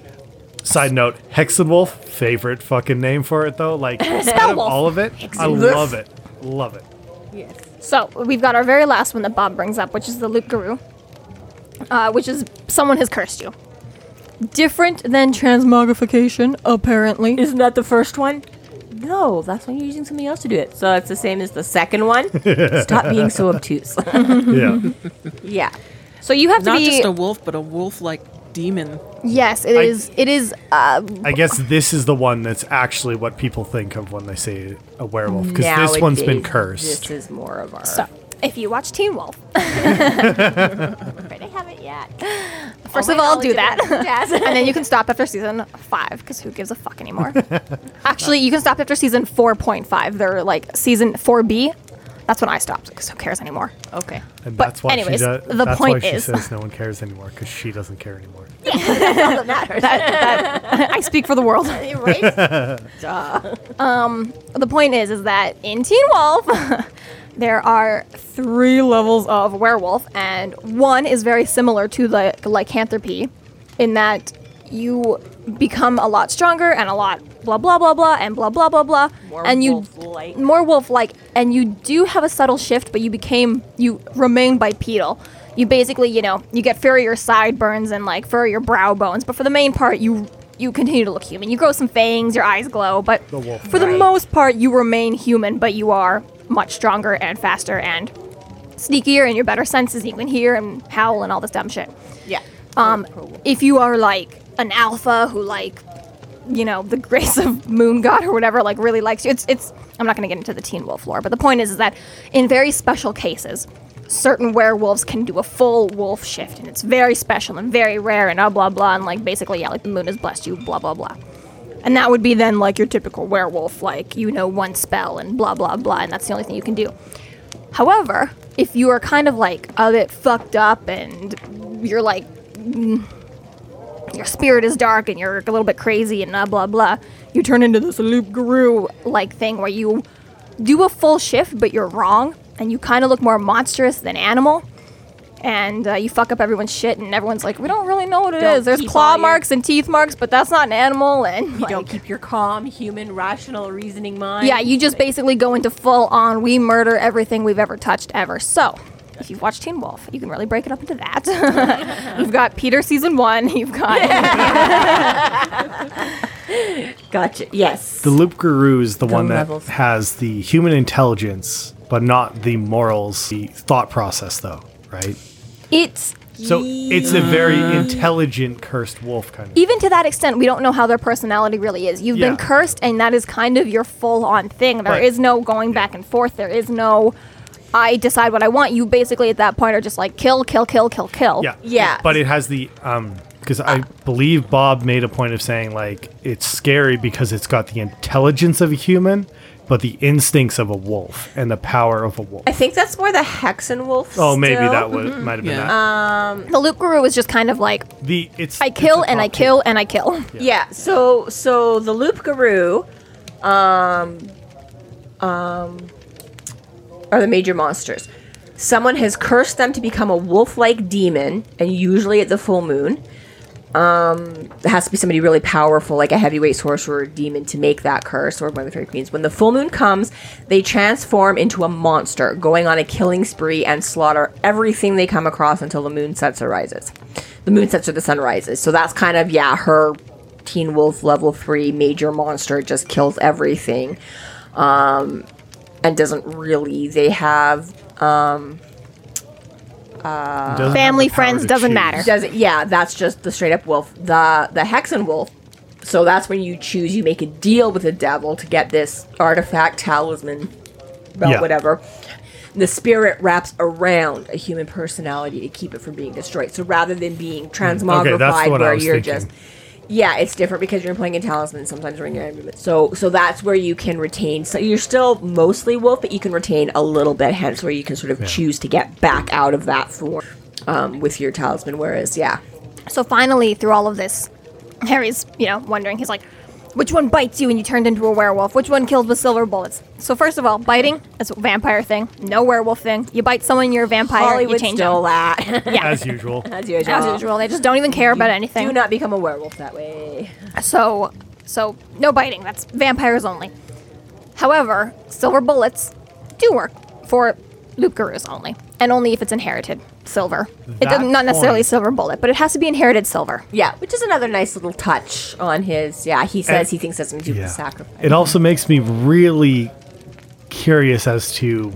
Speaker 3: Side note, Hexenwolf, favorite fucking name for it though. Like out of
Speaker 1: Spellwolf.
Speaker 3: all of it, I
Speaker 4: Hexenwolf.
Speaker 3: love it. Love it.
Speaker 4: Yes.
Speaker 1: So we've got our very last one that Bob brings up, which is the Loot Guru, uh, which is someone has cursed you. Different than transmogrification, apparently.
Speaker 4: Isn't that the first one? No, that's why you're using something else to do it. So it's the same as the second one. Stop being so obtuse.
Speaker 3: Yeah.
Speaker 4: yeah.
Speaker 1: So you have to
Speaker 2: Not
Speaker 1: be
Speaker 2: just a wolf, but a wolf-like demon.
Speaker 1: yes. It
Speaker 3: I-
Speaker 1: is. It is. Uh,
Speaker 3: I guess this is the one that's actually what people think of when they say a werewolf because this one's been
Speaker 4: Nowadays,
Speaker 3: cursed.
Speaker 4: This is more of our.
Speaker 1: so if you watch Teen Wolf,
Speaker 4: But I haven't yet.
Speaker 1: first
Speaker 4: my
Speaker 1: of all,
Speaker 4: knowledge
Speaker 1: do
Speaker 4: of
Speaker 1: that,
Speaker 4: it.
Speaker 1: and then you can stop after season five because who gives a fuck anymore? Actually, you can stop after season four point five. They're like season four B. That's when I stopped because who cares anymore?
Speaker 4: Okay.
Speaker 3: and
Speaker 1: but
Speaker 3: that's why
Speaker 1: anyways,
Speaker 3: she does,
Speaker 1: the
Speaker 3: that's
Speaker 1: point
Speaker 3: why
Speaker 1: is-
Speaker 3: she says no one cares anymore because she doesn't care anymore.
Speaker 4: Doesn't matter.
Speaker 1: I speak for the world. Um,
Speaker 4: right?
Speaker 1: The point is, is that in Teen Wolf, there are three levels of werewolf, and one is very similar to the lycanthropy, in that you become a lot stronger and a lot blah blah blah blah and blah blah blah blah,
Speaker 4: More
Speaker 1: and you
Speaker 4: wolf-like.
Speaker 1: more wolf-like, and you do have a subtle shift, but you became you remain bipedal. You basically, you know, you get furrier sideburns and like furrier brow bones, but for the main part, you you continue to look human. You grow some fangs, your eyes glow, but
Speaker 3: The wolf.
Speaker 1: for the most part, you remain human, but you are much stronger and faster and sneakier, and your better senses. You can hear and howl and all this dumb shit.
Speaker 4: Yeah.
Speaker 1: Um, if you are like an alpha who like, you know, the grace of Moon God or whatever, like really likes you, it's it's. I'm not going to get into the Teen Wolf lore, but the point is, is that in very special cases, certain werewolves can do a full wolf shift, and it's very special and very rare, and blah blah blah, and like basically, yeah, like the moon has blessed you, blah blah blah. And that would be then like your typical werewolf, like you know one spell and blah blah blah, and that's the only thing you can do. However, if you are kind of like a bit fucked up and you're like mm, your spirit is dark and you're a little bit crazy and blah blah blah. You turn into this loop guru like thing where you do a full shift, but you're wrong, and you kind of look more monstrous than animal. And uh, you fuck up everyone's shit, and everyone's like, "We don't really know what it is.
Speaker 4: Don't
Speaker 1: There's
Speaker 4: keep
Speaker 1: claw
Speaker 4: all your-
Speaker 1: marks and teeth marks, but that's not an animal." And
Speaker 4: You don't keep your calm, human, rational, reasoning mind.
Speaker 1: yeah, you just basically go into full on we murder everything we've ever touched ever. So, if you've watched Teen Wolf, you can really break it up into that. you've got Peter season one, you've got
Speaker 4: Gotcha. Yes.
Speaker 3: The loop guru is the one that
Speaker 4: levels.
Speaker 3: has the human intelligence, but not the morals, the thought process though, right?
Speaker 1: it's
Speaker 3: So it's a very intelligent cursed wolf kind of.
Speaker 1: even to that extent, we don't know how their personality really is. You've been
Speaker 3: Yeah.
Speaker 1: cursed, and that is kind of your full on thing. There is
Speaker 3: Right.
Speaker 1: no going back and forth. There is no, I decide what I want. You basically at that point are just like kill, kill, kill, kill, kill.
Speaker 3: Yeah.
Speaker 4: Yeah.
Speaker 3: But it has the um because I believe Bob made a point of saying like it's scary because it's got the intelligence of a human, but the instincts of a wolf and the power of a wolf.
Speaker 4: I think that's more the Hexenwolf.
Speaker 3: Oh, maybe
Speaker 4: still.
Speaker 3: that would
Speaker 1: Mm-hmm.
Speaker 3: might have been
Speaker 2: Yeah.
Speaker 3: that.
Speaker 1: The loop guru is just kind of like
Speaker 3: The it's
Speaker 1: Um, I
Speaker 3: it's
Speaker 1: kill
Speaker 3: a
Speaker 1: and I
Speaker 3: top tier.
Speaker 1: kill and I kill.
Speaker 4: Yeah. So so the Loop Guru, um, um, are the major monsters. Someone has cursed them to become a wolf-like demon, and usually at the full moon. it has to be somebody really powerful, like a heavyweight sorcerer or demon, to make that curse, or one of the fairy queens. When the full moon comes, they transform into a monster, going on a killing spree and slaughter everything they come across until the moon sets or rises. The moon sets or the sun rises. So that's kind of yeah her Teen Wolf level three major monster just kills everything, um, and doesn't really. They have
Speaker 3: Doesn't have
Speaker 1: Family,
Speaker 3: the power
Speaker 1: friends,
Speaker 3: to
Speaker 1: doesn't
Speaker 3: choose.
Speaker 1: matter.
Speaker 4: does it? Yeah, that's just the straight up wolf. The the Hexen Wolf. So that's when you choose. You make a deal with the devil to get this artifact, talisman, well,
Speaker 3: Yeah.
Speaker 4: whatever. The spirit wraps around a human personality to keep it from being destroyed. So rather than
Speaker 3: Mm.
Speaker 4: being transmogrified,
Speaker 3: one I
Speaker 4: where
Speaker 3: was
Speaker 4: you're
Speaker 3: thinking.
Speaker 4: just yeah, it's different because you're playing a talisman. Sometimes when you're in movement, so so that's where you can retain. So you're still mostly wolf, but you can retain a little bit. Hence, where you can sort of choose to get back out of that form um, with your talisman. Whereas, yeah,
Speaker 1: So finally, through all of this, Harry's, you know, wondering. He's like, which one bites you and you turned into a werewolf? Which one kills with silver bullets? So first of all, biting is a vampire thing, no werewolf thing. You bite someone, you're a vampire. you
Speaker 4: Hollywood
Speaker 1: change
Speaker 4: still that.
Speaker 1: them. Yeah.
Speaker 3: As usual.
Speaker 4: As usual.
Speaker 1: As usual, they just don't even care about anything.
Speaker 4: Do not become a werewolf that way.
Speaker 1: So, so no biting. That's vampires only. However, silver bullets do work for loop gurus only, and only if it's inherited silver. it
Speaker 3: That
Speaker 1: doesn't not necessarily
Speaker 3: point-
Speaker 1: silver bullet, but it has to be inherited silver.
Speaker 4: Yeah, which is another nice little touch on his. Yeah, he says
Speaker 3: And-
Speaker 4: he thinks that's something to
Speaker 3: Yeah.
Speaker 4: sacrifice.
Speaker 3: It also makes me really curious as to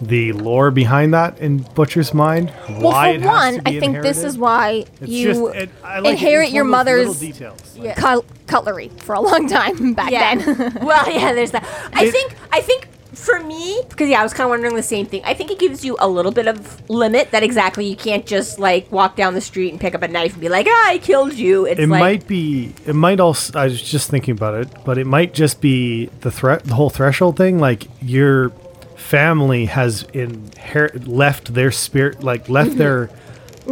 Speaker 3: the lore behind that in Butcher's mind. why
Speaker 1: well,
Speaker 3: it
Speaker 1: for
Speaker 3: has
Speaker 1: one,
Speaker 3: to be
Speaker 1: I think this
Speaker 3: inherited.
Speaker 1: is why
Speaker 3: It's
Speaker 1: you
Speaker 3: just- it- I like it.
Speaker 1: inherit
Speaker 3: It's
Speaker 1: your
Speaker 3: one of those little
Speaker 1: mother's
Speaker 3: details. Like,
Speaker 1: cut- cutlery for a long time back then.
Speaker 4: well, yeah, there's that. I
Speaker 3: It-
Speaker 4: think I think for me, because yeah, I was kind of wondering the same thing. I think it gives you a little bit of limit that exactly you can't just like walk down the street and pick up a knife and be like, ah, I killed you. It's
Speaker 3: It
Speaker 4: like
Speaker 3: might be. It might also. I was just thinking about it, but it might just be the threat, the whole threshold thing. Like your family has inherit left their spirit, like left their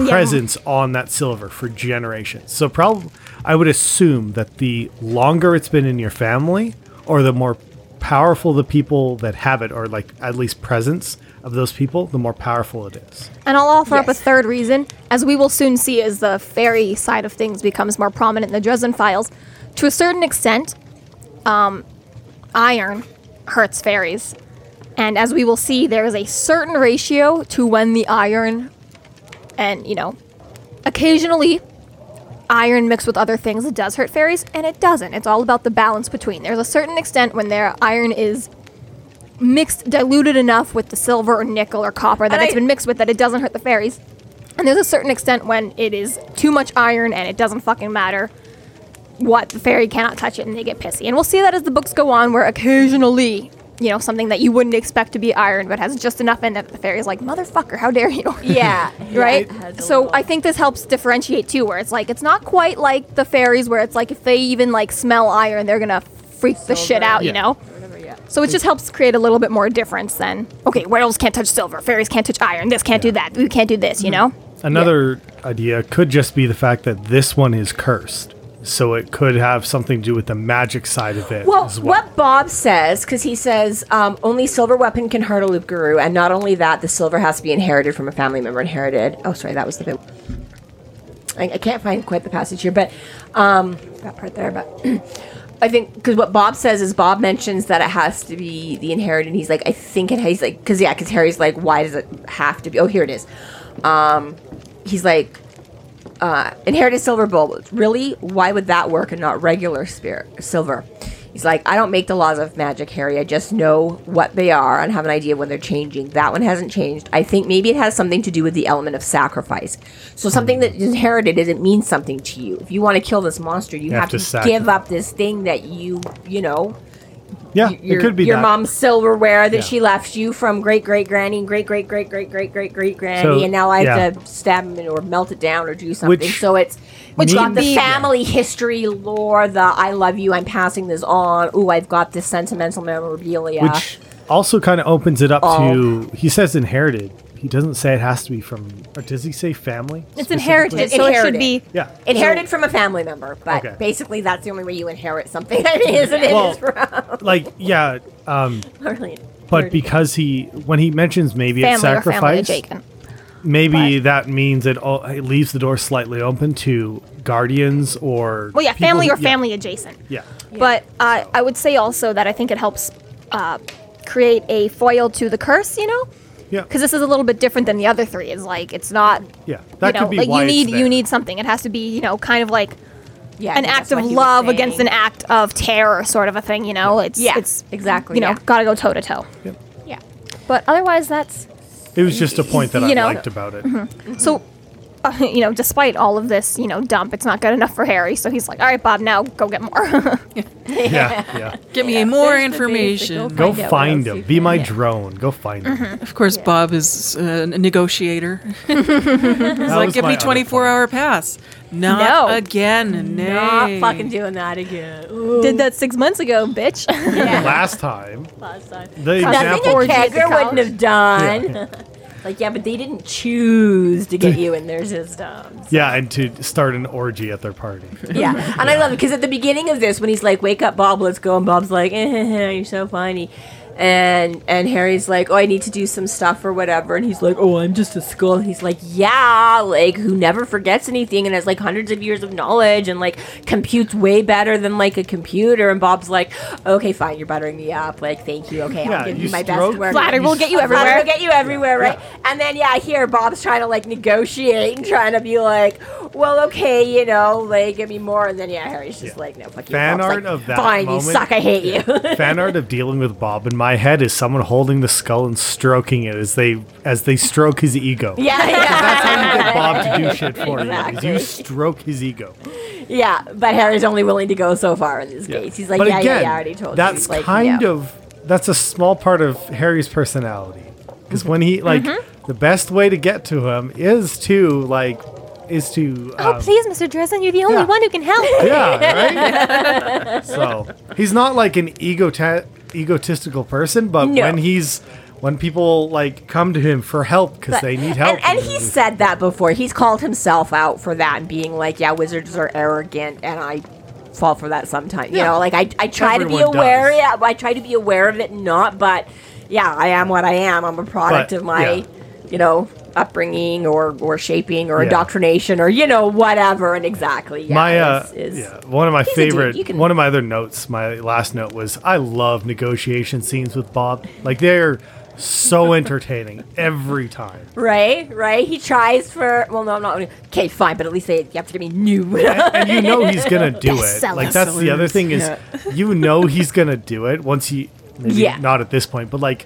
Speaker 3: presence on that silver for generations. So probably, I would assume that the longer it's been in your family, or the more powerful the people that have it, or like at least presence of those people, the more powerful it is.
Speaker 1: And I'll offer up a
Speaker 4: Yes.
Speaker 1: third reason, as we will soon see as the fairy side of things becomes more prominent in the Dresden Files. To a certain extent, um, iron hurts fairies. And as we will see, there is a certain ratio to when the iron, and you know, occasionally iron mixed with other things, it does hurt fairies, and it doesn't. It's all about the balance between. There's a certain extent when their iron is mixed, diluted enough with the silver or nickel or copper that
Speaker 4: And
Speaker 1: it's
Speaker 4: I-
Speaker 1: been mixed with that it doesn't hurt the fairies. And there's a certain extent when it is too much iron and it doesn't fucking matter what the fairy cannot touch it and they get pissy. And we'll see that as the books go on, where occasionally, you know, something that you wouldn't expect to be iron but has just enough in it that the fairy's like, motherfucker, how dare you?
Speaker 4: yeah,
Speaker 1: right?
Speaker 4: yeah, it has a
Speaker 1: so
Speaker 4: little-
Speaker 1: I think this helps differentiate too, where it's like it's not quite like the fairies, where it's like if they even like smell iron, they're gonna freak the shit
Speaker 4: Silver.
Speaker 1: out, you
Speaker 3: Yeah.
Speaker 1: know.
Speaker 4: Whatever, yeah.
Speaker 1: So it just helps create a little bit more difference than okay, werewolves can't touch silver, fairies can't touch iron, this can't do that, we can't do this,
Speaker 4: Mm-hmm.
Speaker 1: you know.
Speaker 3: Another idea could just be the fact that this one is cursed. So it could have something to do with the magic side of it
Speaker 4: Well,
Speaker 3: as well.
Speaker 4: what Bob says, because he says um, only silver weapon can hurt a loop guru, and not only that, the silver has to be inherited from a family member. Inherited. Oh, sorry, that was the bit. I, I can't find quite the passage here, but um, that part there. But I think because what Bob says is Bob mentions that it has to be the inherited. And he's like, I think it has like because yeah, because Harry's like, why does it have to be? Oh, here it is. Um, he's like, uh, inherited silver bulbs. Really? Why would that work and not regular spirit silver? He's like, I don't make the laws of magic, Harry. I just know what they are and have an idea when they're changing. That one hasn't changed. I think maybe it has something to do with the element of sacrifice. So something that is inherited doesn't mean something to you. If you want to kill this monster, you, have,
Speaker 3: have to
Speaker 4: to
Speaker 3: sacrifice.
Speaker 4: give up this thing that you, you know,
Speaker 3: yeah,
Speaker 4: your,
Speaker 3: it could be
Speaker 4: your
Speaker 3: that.
Speaker 4: mom's silverware that
Speaker 3: Yeah.
Speaker 4: she left you from great great granny, great great great great great great great granny,
Speaker 3: So,
Speaker 4: and now I have
Speaker 3: yeah.
Speaker 4: to stab him or melt it down or do something.
Speaker 3: Which-
Speaker 4: so it's
Speaker 3: Which
Speaker 4: which got
Speaker 3: could
Speaker 4: the
Speaker 3: be-
Speaker 4: family history lore, the I love you, I'm passing this on. Ooh, I've got this sentimental memorabilia.
Speaker 3: Which also kind of opens it up
Speaker 4: Oh.
Speaker 3: to. He says inherited. He doesn't say it has to be from. Or does he say family?
Speaker 1: It's
Speaker 3: specifically?
Speaker 1: inherited, so it should be.
Speaker 3: Yeah.
Speaker 4: Inherited from a family member, but
Speaker 3: Okay.
Speaker 4: basically that's the only way you inherit something. I mean, isn't it?
Speaker 3: Well,
Speaker 4: It's from-
Speaker 3: like, yeah. Um,
Speaker 4: Marlene.
Speaker 3: but because he. When he mentions maybe it's
Speaker 1: Family or family
Speaker 3: sacrifice,
Speaker 1: adjacent.
Speaker 3: maybe that means it, all, it leaves the door slightly open to guardians or.
Speaker 1: Well, yeah,
Speaker 3: people
Speaker 1: family
Speaker 3: who-
Speaker 1: or family adjacent.
Speaker 3: Yeah. yeah.
Speaker 1: But uh, I would say also that I think it helps uh, create a foil to the curse, you know,
Speaker 3: Yeah.
Speaker 1: because this is a little bit different than the other three. It's like it's not
Speaker 3: yeah. That
Speaker 1: you know,
Speaker 3: could be
Speaker 1: like
Speaker 3: why
Speaker 1: you
Speaker 3: it's
Speaker 1: need
Speaker 3: there.
Speaker 1: you need something. It has to be you know kind of like
Speaker 4: Yeah, I
Speaker 1: an
Speaker 4: think
Speaker 1: act
Speaker 4: that's
Speaker 1: of
Speaker 4: what he was
Speaker 1: love against
Speaker 4: saying.
Speaker 1: an act of terror, sort of a thing. You know, it's
Speaker 4: Yeah,
Speaker 1: it's
Speaker 4: exactly,
Speaker 1: You know,
Speaker 4: yeah.
Speaker 1: gotta go toe to toe.
Speaker 4: Yeah.
Speaker 1: But otherwise, that's
Speaker 3: It was just a point that
Speaker 1: You
Speaker 3: I
Speaker 1: know-
Speaker 3: liked about it.
Speaker 1: so. Uh, you know, despite all of this, you know, dump, it's not good enough for Harry. So he's like, "All right, Bob, now go get more."
Speaker 3: yeah, yeah.
Speaker 2: Give me more
Speaker 4: There's the
Speaker 2: information.
Speaker 4: basic
Speaker 3: Go
Speaker 4: Find out what
Speaker 3: find
Speaker 4: else
Speaker 3: him.
Speaker 4: you
Speaker 3: Be my drone. Go find him.
Speaker 1: Mm-hmm.
Speaker 2: Of course, Bob is uh, a negotiator. He's
Speaker 3: That
Speaker 2: like,
Speaker 3: was
Speaker 2: give
Speaker 3: my
Speaker 2: me
Speaker 3: other
Speaker 2: 24
Speaker 3: point.
Speaker 2: hour pass. Not
Speaker 1: No.
Speaker 2: again. Nay.
Speaker 4: Not fucking doing that again. Ooh,
Speaker 1: Did that six months ago, bitch.
Speaker 3: Last time,
Speaker 4: last time.
Speaker 3: the
Speaker 4: Nothing
Speaker 3: example.
Speaker 4: a
Speaker 1: Orgy at the
Speaker 4: kegger wouldn't
Speaker 1: college.
Speaker 4: have done. like, yeah, but they didn't choose to get you in their systems.
Speaker 3: Yeah, and to start an orgy at their party.
Speaker 4: Yeah, and I love it because at the beginning of this, when he's like, "Wake up, Bob, let's go," and Bob's like, eh, heh, heh, "You're so funny," and and Harry's like, "Oh, I need to do some stuff or whatever," and he's like, "Oh, I'm just a skull." And he's like, "Yeah, like who never forgets anything and has like hundreds of years of knowledge and like computes way better than like a computer," and Bob's like, "Okay, fine, you're buttering me up. Like, thank you. Okay,
Speaker 3: Yeah,
Speaker 4: I'll give
Speaker 3: you
Speaker 4: you my
Speaker 3: stroke-
Speaker 4: best work."
Speaker 1: Flattery will get you everywhere.
Speaker 4: That'll get you everywhere, right? And then yeah, here Bob's trying to like negotiate and trying to be like, well, okay, you know, like give me more. And then yeah, Harry's just
Speaker 3: Yeah.
Speaker 4: like, no, fuck you.
Speaker 3: Fan
Speaker 4: Bob's
Speaker 3: art
Speaker 4: like,
Speaker 3: of that
Speaker 4: Fine, you
Speaker 3: moment-
Speaker 4: suck. I hate you.
Speaker 3: Fan art of dealing with Bob in my head is someone holding the skull and stroking it as they as they stroke his ego.
Speaker 4: yeah,
Speaker 3: That's
Speaker 4: yeah,
Speaker 3: how you get Bob to do shit for you.
Speaker 4: Exactly.
Speaker 3: is You stroke his ego.
Speaker 4: yeah. But Harry's only willing to go so far in this case. He's like,
Speaker 3: but
Speaker 4: yeah,
Speaker 3: again,
Speaker 4: yeah, yeah. I already told you.
Speaker 3: that's
Speaker 4: Like,
Speaker 3: kind
Speaker 4: yeah.
Speaker 3: of that's a small part of Harry's personality. Because when he like
Speaker 4: Mm-hmm.
Speaker 3: the best way to get to him is to like is to
Speaker 1: oh,
Speaker 3: um,
Speaker 1: please, Mr. Dresden, you're the only
Speaker 3: yeah.
Speaker 1: one who can help.
Speaker 3: yeah right. so he's not like an egota- egotistical person, but
Speaker 4: No.
Speaker 3: when he's when people like come to him for help because they need help,
Speaker 4: And, and he said that before. He's called himself out for that and being like, yeah, wizards are arrogant and I fall for that sometimes. You
Speaker 3: Yeah.
Speaker 4: know, like I, I try to be
Speaker 3: Everyone
Speaker 4: aware.
Speaker 3: does.
Speaker 4: Yeah, I try to be aware of it and not, but yeah, I am what I am. I'm a product
Speaker 3: But,
Speaker 4: of my,
Speaker 3: yeah.
Speaker 4: you know, upbringing or, or shaping or
Speaker 3: Yeah.
Speaker 4: indoctrination or, you know, whatever. And exactly. Yeah,
Speaker 3: my uh,
Speaker 4: is- is-
Speaker 3: yeah, one of my
Speaker 4: a dude, you
Speaker 3: favorite
Speaker 4: can-
Speaker 3: one of my other notes my last note was i love negotiation scenes with bob like they're so entertaining every time
Speaker 4: Right, right. He tries for, well, no, I'm not. Okay, fine, but at least they, you have to give me new.
Speaker 3: and you know he's gonna do
Speaker 1: Best
Speaker 3: it like that's the other
Speaker 2: sellers.
Speaker 3: thing is you know he's gonna do it once he maybe
Speaker 4: Yeah.
Speaker 3: not at this point but like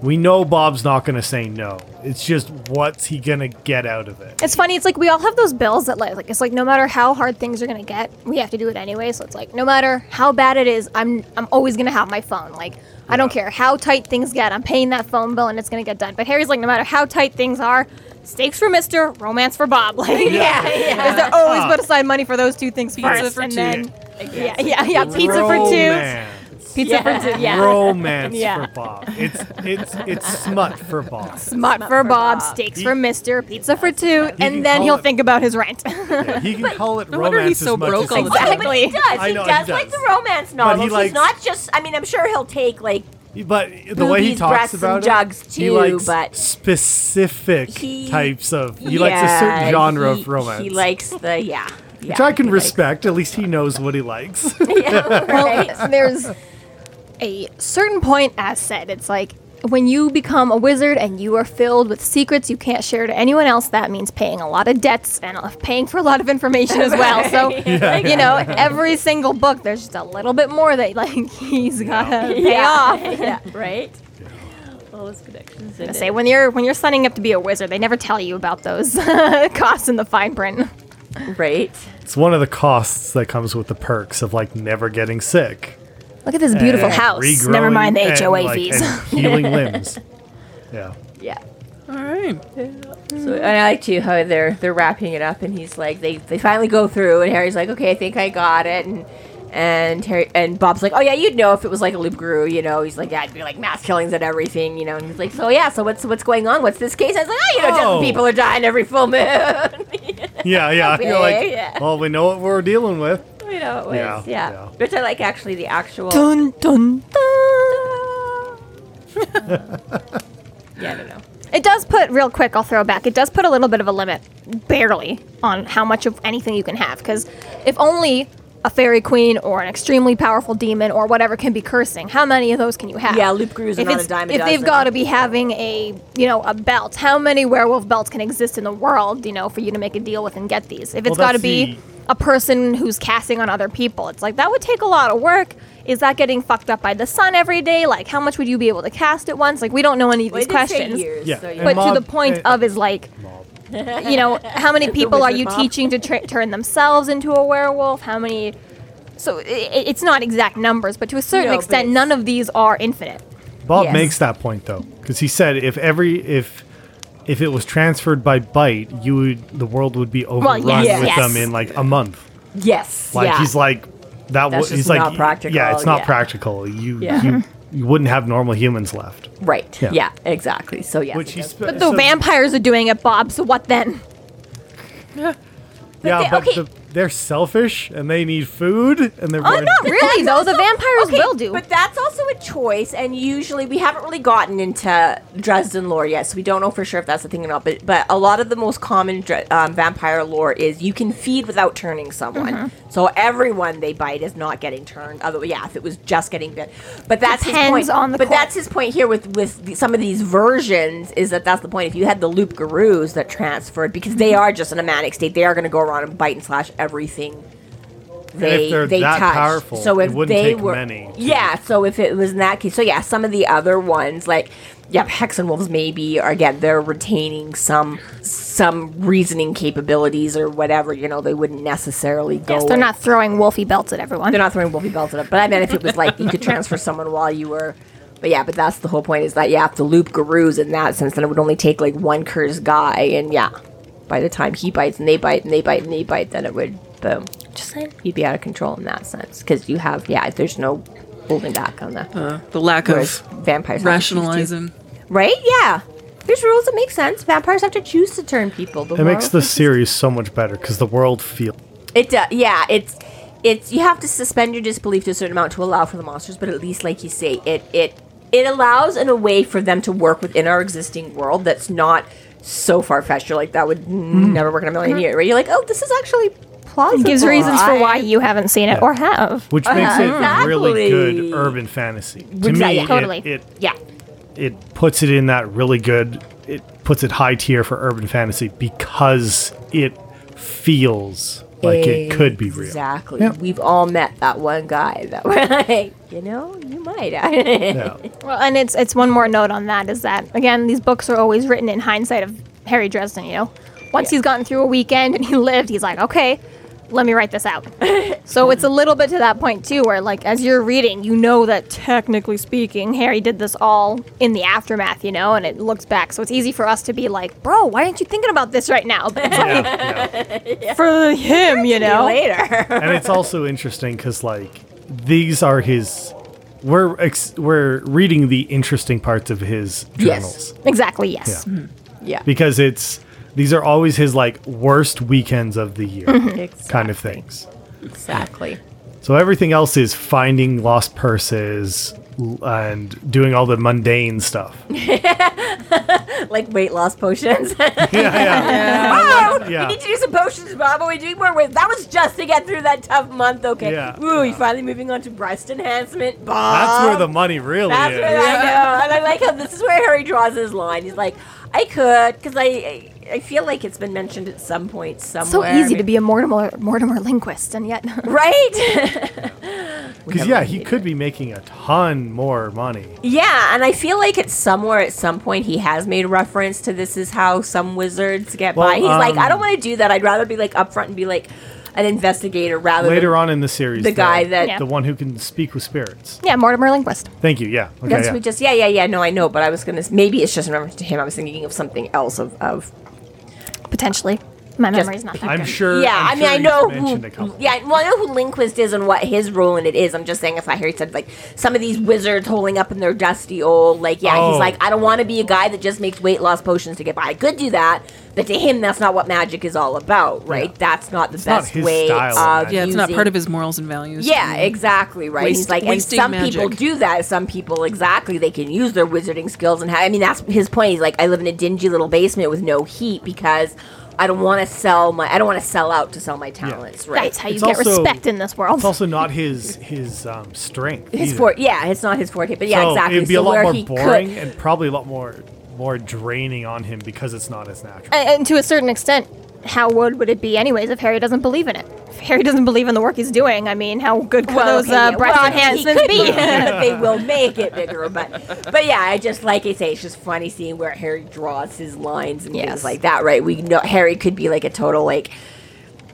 Speaker 3: we know bob's not gonna say no it's just what's he gonna get out of it
Speaker 1: It's funny. It's like we all have those bills that like, like it's like no matter how hard things are gonna get, we have to do it anyway. So it's like no matter how bad it is, I'm I'm always gonna have my phone. Like I don't care how tight things get, I'm paying that phone bill and it's gonna get done. But Harry's like, no matter how tight things are, stakes for Mister, romance for Bob. Like
Speaker 4: yeah, yeah.
Speaker 1: is to always put aside money for those two things
Speaker 2: Pizza
Speaker 1: first,
Speaker 2: for
Speaker 1: and
Speaker 2: two.
Speaker 1: then yeah, yeah, yeah, pizza for
Speaker 3: romance.
Speaker 1: two, pizza for two, yeah,
Speaker 3: romance
Speaker 1: Yeah.
Speaker 3: for bob it's it's it's smut for bob
Speaker 1: smut for Bob,
Speaker 4: Bob.
Speaker 1: stakes
Speaker 3: He-
Speaker 1: for Mister, pizza for two,
Speaker 3: can
Speaker 1: and then
Speaker 3: call
Speaker 1: he'll
Speaker 3: it-
Speaker 1: think about his rent.
Speaker 3: Yeah, he can call it
Speaker 2: no
Speaker 3: romance
Speaker 2: wonder he's so
Speaker 3: as much
Speaker 2: broke
Speaker 3: as
Speaker 2: all
Speaker 3: he
Speaker 2: the
Speaker 3: wants.
Speaker 2: time.
Speaker 1: Exactly.
Speaker 4: He does.
Speaker 3: I
Speaker 4: he
Speaker 3: know, he
Speaker 4: does like
Speaker 3: does.
Speaker 4: the romance novels.
Speaker 3: likes-
Speaker 4: He's not just. I mean, I'm sure he'll take like
Speaker 3: But the way he
Speaker 4: Boobies,
Speaker 3: talks
Speaker 4: breasts,
Speaker 3: about
Speaker 4: and
Speaker 3: it,
Speaker 4: jugs
Speaker 3: he
Speaker 4: too,
Speaker 3: likes
Speaker 4: but-
Speaker 3: specific
Speaker 4: He-
Speaker 3: types of. He likes a
Speaker 4: Yeah,
Speaker 3: certain genre
Speaker 4: he-
Speaker 3: of romance,
Speaker 4: He likes the yeah. yeah
Speaker 3: which I can
Speaker 4: he likes-
Speaker 3: respect. At least he knows what he likes.
Speaker 4: Yeah, right.
Speaker 1: Well, there's a certain point, as said, it's like when you become a wizard and you are filled with secrets you can't share to anyone else, that means paying a lot of debts and uh, paying for a lot of information as well. So, you know, every single book, there's just a little bit more that, like, he's got to pay off. I'm
Speaker 4: yeah, right. All those connections. in
Speaker 1: gonna
Speaker 4: it.
Speaker 1: Say when you're when you're signing up to be a wizard, they never tell you about those costs in the fine print.
Speaker 4: right.
Speaker 3: it's one of the costs that comes with the perks of like never getting sick.
Speaker 1: Look at this beautiful
Speaker 3: and
Speaker 1: house.
Speaker 3: regrowing
Speaker 1: Never mind the
Speaker 3: and,
Speaker 1: HOA
Speaker 3: like,
Speaker 1: fees.
Speaker 3: and healing limbs. Yeah.
Speaker 4: Yeah.
Speaker 2: All right.
Speaker 4: So and I like too how they're they're wrapping it up, and he's like, they they finally go through, and Harry's like, okay, I think I got it, and. And Harry and Bob's like, oh yeah, you'd know if it was like a loop guru, you know. He's like, yeah, it'd be like mass killings and everything, you know. And he's like, so yeah, so what's what's going on? What's this case? I was like, oh, you know,
Speaker 3: Oh.
Speaker 4: just people are dying every full moon.
Speaker 3: Yeah, yeah. You're like,
Speaker 4: yeah.
Speaker 3: well, we know what we're dealing with.
Speaker 4: you know, it was
Speaker 3: Yeah,
Speaker 4: yeah,
Speaker 3: yeah.
Speaker 4: Which I like actually the actual.
Speaker 1: dun dun dun.
Speaker 4: Yeah, I don't know.
Speaker 1: It does put real quick. I'll throw back. It does put a little bit of a limit, barely, on how much of anything you can have. Because if only a fairy queen or an extremely powerful demon or whatever can be cursing, how many of those can you have?
Speaker 4: Yeah, loop gurus
Speaker 1: If
Speaker 4: are not
Speaker 1: it's-
Speaker 4: a dime a
Speaker 1: if they've
Speaker 4: dozen.
Speaker 1: got to be having a you know a belt, how many werewolf belts can exist in the world? You know, for you to make a deal with and get these. If it's
Speaker 3: Well,
Speaker 1: got to
Speaker 3: that's
Speaker 1: be
Speaker 3: the-
Speaker 1: a person who's casting on other people. It's like that would take a lot of work. Is that getting fucked up by the sun every day? Like, how much would you be able to cast at once? Like, we don't know any of
Speaker 4: Well,
Speaker 1: these
Speaker 4: it did say
Speaker 1: questions.
Speaker 4: years,
Speaker 3: Yeah.
Speaker 4: so you-
Speaker 3: And
Speaker 1: But
Speaker 3: mob-
Speaker 1: to the point
Speaker 3: uh,
Speaker 1: of is like, you know, how many people are
Speaker 4: wizard
Speaker 1: you
Speaker 4: mob.
Speaker 1: teaching to tra- turn themselves into a werewolf? How many? So i i- it's not exact numbers, but to a certain
Speaker 4: No, but
Speaker 1: extent,
Speaker 4: it's-
Speaker 1: none of these are infinite.
Speaker 3: Bob
Speaker 4: Yes.
Speaker 3: makes that point though, because he said if every if if it was transferred by bite, you would the world would be overrun
Speaker 1: yes,
Speaker 3: with
Speaker 1: yes.
Speaker 3: them in like a month.
Speaker 4: yes.
Speaker 3: Like
Speaker 4: yeah.
Speaker 3: he's like that.
Speaker 4: That's
Speaker 3: was
Speaker 4: just
Speaker 3: he's like
Speaker 4: not practical,
Speaker 3: Yeah, it's not
Speaker 4: yeah.
Speaker 3: practical. You,
Speaker 4: Yeah.
Speaker 3: you you wouldn't have normal humans left.
Speaker 4: right.
Speaker 3: Yeah.
Speaker 4: Yeah. exactly. So yeah.
Speaker 3: Which he's
Speaker 1: But the vampires are doing it, Bob. So what then?
Speaker 3: Yeah,
Speaker 1: they-
Speaker 3: but
Speaker 1: okay.
Speaker 3: the, they're selfish and they need food and they're.
Speaker 1: Oh,
Speaker 3: going-
Speaker 1: not really though. The vampires will do.
Speaker 4: But that's also a choice, and usually we haven't really gotten into Dresden lore yet, so we don't know for sure if that's a thing or not. But but a lot of the most common dre- um, vampire lore is you can feed without turning someone.
Speaker 1: Mm-hmm.
Speaker 4: So everyone they bite is not getting turned. Other yeah, if it was just getting bit, but that's his
Speaker 1: Depends
Speaker 4: point.
Speaker 1: on the
Speaker 4: but
Speaker 1: cor-
Speaker 4: that's his point here with with the, some of these versions is that that's the point. If you had the loop gurus that transferred because they
Speaker 1: Mm-hmm.
Speaker 4: are just in a manic state, they are going to go around and bite and slash everything
Speaker 3: if
Speaker 4: they
Speaker 3: they're
Speaker 4: they
Speaker 3: that
Speaker 4: touched.
Speaker 3: powerful,
Speaker 4: so
Speaker 3: it
Speaker 4: if
Speaker 3: wouldn't
Speaker 4: they
Speaker 3: take
Speaker 4: were,
Speaker 3: many to-
Speaker 4: yeah. So if it was in that case, so yeah, some of the other ones like yeah, hex and wolves maybe are again they're retaining some some reasoning capabilities or whatever. You know, they wouldn't necessarily go.
Speaker 1: yes, they're not throwing wolfie belts at everyone.
Speaker 4: They're not throwing wolfie belts at it. But I meant if it was like you could transfer someone while you were. But yeah, but that's the whole point is that you have to loop gurus in that sense. Then it would only take like one cursed guy, and yeah, by the time he bites and they bite and they bite and they bite, then it would boom. Just saying, you'd be out of control in that sense because you have yeah, there's no holding back on that.
Speaker 2: Uh, the lack
Speaker 4: Whereas
Speaker 2: of
Speaker 4: vampires have to choose to-
Speaker 2: rationalizing.
Speaker 4: right? Yeah, there's rules that make sense. Vampires have to choose to turn people. The
Speaker 3: It makes
Speaker 4: world-
Speaker 3: this series so much better because the world feels.
Speaker 4: It does. Yeah, it's it's you have to suspend your disbelief to a certain amount to allow for the monsters, but at least like you say, it it it allows in a way for them to work within our existing world that's not so far fetched. You're like that would
Speaker 3: Hmm.
Speaker 4: never work in a 1000000 years, right? You're like, oh, this is actually plausible.
Speaker 1: It gives reasons for
Speaker 4: I-
Speaker 1: why you haven't seen it or have.
Speaker 3: Which makes it really good
Speaker 4: Uh-huh. Exactly.
Speaker 3: urban fantasy. To me,
Speaker 4: Exactly.
Speaker 3: it-
Speaker 1: Totally.
Speaker 3: it
Speaker 4: Yeah.
Speaker 3: it puts it in that really good it puts it high tier for urban fantasy because it feels like it could be real
Speaker 4: Exactly.
Speaker 3: Yeah.
Speaker 4: We've all met that one guy that we're like, you know, you might.
Speaker 3: yeah.
Speaker 1: Well, and it's it's one more note on that is that again these books are always written in hindsight of Harry Dresden. You know, once he's gotten through a weekend and he lived, he's like, okay, let me write this out. so it's a little bit to that point too, where like as you're reading, you know that technically speaking, Harry did this all in the aftermath. You know, and it looks back, so it's easy for us to be like, bro, why aren't you thinking about this right now? But it's like,
Speaker 3: Yeah, yeah.
Speaker 1: for him, you know,
Speaker 4: later.
Speaker 3: and it's also interesting because like these are his we're ex- we're reading the interesting parts of his journals
Speaker 1: exactly. Yes.
Speaker 3: yeah
Speaker 4: yeah.
Speaker 3: because it's these are always his like worst weekends of the year
Speaker 4: Mm-hmm.
Speaker 3: kind of things
Speaker 4: Exactly.
Speaker 3: So everything else is finding lost purses l- and doing all the mundane stuff. yeah,
Speaker 4: Like weight loss potions.
Speaker 3: yeah.
Speaker 4: Oh,
Speaker 3: Yeah.
Speaker 4: we need to do some potions, Bob. But we do more with that was just to get through that tough month. Okay.
Speaker 3: Yeah.
Speaker 4: Ooh, you finally moving on to breast enhancement, Bob.
Speaker 3: That's where the money really
Speaker 4: That's
Speaker 3: is.
Speaker 4: where I know, and I like how this is where Harry draws his line. He's like, I could, because I, I, I feel like it's been mentioned at some point somewhere.
Speaker 1: So easy to
Speaker 4: maybe-
Speaker 1: be a Mortimer Mortimer linguist, and yet
Speaker 4: right.
Speaker 3: Because yeah, he could be making a ton more money.
Speaker 4: yeah, and I feel like it's somewhere at some point he has made reference to this is how some wizards get
Speaker 3: Well,
Speaker 4: by. He's like, I
Speaker 3: um,
Speaker 4: don't want to do that. I'd rather be like upfront and be like an investigator rather than
Speaker 3: Later on in the series,
Speaker 4: the guy that- Yeah.
Speaker 3: the one who can speak with spirits.
Speaker 1: yeah, Mortimer linguist.
Speaker 3: Thank you. Yeah. Okay.
Speaker 4: That's
Speaker 3: yeah.
Speaker 4: we just yeah yeah yeah no I know but I was gonna s- maybe it's just in reference to him I was thinking of something else of of
Speaker 1: Potentially. My
Speaker 4: Just-
Speaker 1: memory's not that
Speaker 3: I'm
Speaker 1: good.
Speaker 3: sure.
Speaker 4: yeah
Speaker 3: I'm
Speaker 4: I mean
Speaker 3: sure
Speaker 4: I
Speaker 3: he's
Speaker 4: know
Speaker 3: mentioned a
Speaker 4: who
Speaker 3: couple.
Speaker 4: yeah well I know who Linquist is and what his role in it is I'm just saying if I heard he said like some of these wizards holding up in their dusty old like yeah
Speaker 3: Oh.
Speaker 4: he's like I don't want to be a guy that just makes weight loss potions to get by I could do that but to him that's not what magic is all about right
Speaker 3: Yeah.
Speaker 4: that's not the
Speaker 3: not
Speaker 4: best
Speaker 3: his
Speaker 4: way
Speaker 3: style of magic.
Speaker 4: of
Speaker 2: Yeah, it's not
Speaker 4: using-
Speaker 2: part of his morals and values.
Speaker 4: yeah, exactly right.
Speaker 2: Waste-
Speaker 4: He's like, and
Speaker 2: wasting
Speaker 4: some
Speaker 2: magic.
Speaker 4: people do that. Some people, exactly, they can use their wizarding skills and have. I mean, that's his point. He's like, I live in a dingy little basement with no heat because I don't want to sell my. I don't want to sell out to sell my talents. Right.
Speaker 1: That's how you
Speaker 3: It's
Speaker 1: get
Speaker 3: also-
Speaker 1: respect in this world.
Speaker 3: It's also not his his um, strength.
Speaker 4: his
Speaker 3: either.
Speaker 4: for yeah, it's not his forte, but yeah,
Speaker 3: So
Speaker 4: exactly.
Speaker 3: It'd be
Speaker 4: so
Speaker 3: a lot
Speaker 4: where
Speaker 3: more
Speaker 4: he
Speaker 3: boring
Speaker 4: Could,
Speaker 3: and probably a lot more more draining on him because it's not as natural.
Speaker 1: And, and to a certain extent, how would would it be anyways if Harry doesn't believe in it? If Harry doesn't believe in the work he's doing, I mean, how good could those
Speaker 4: okay, yeah,
Speaker 1: uh, breath
Speaker 4: well,
Speaker 1: enhancements
Speaker 4: he could
Speaker 1: be?
Speaker 4: be, but they will make it bigger. But but yeah, I just like I say, it's just funny seeing where Harry draws his lines and
Speaker 1: Yes.
Speaker 4: things like that. Right? We know Harry could be like a total like.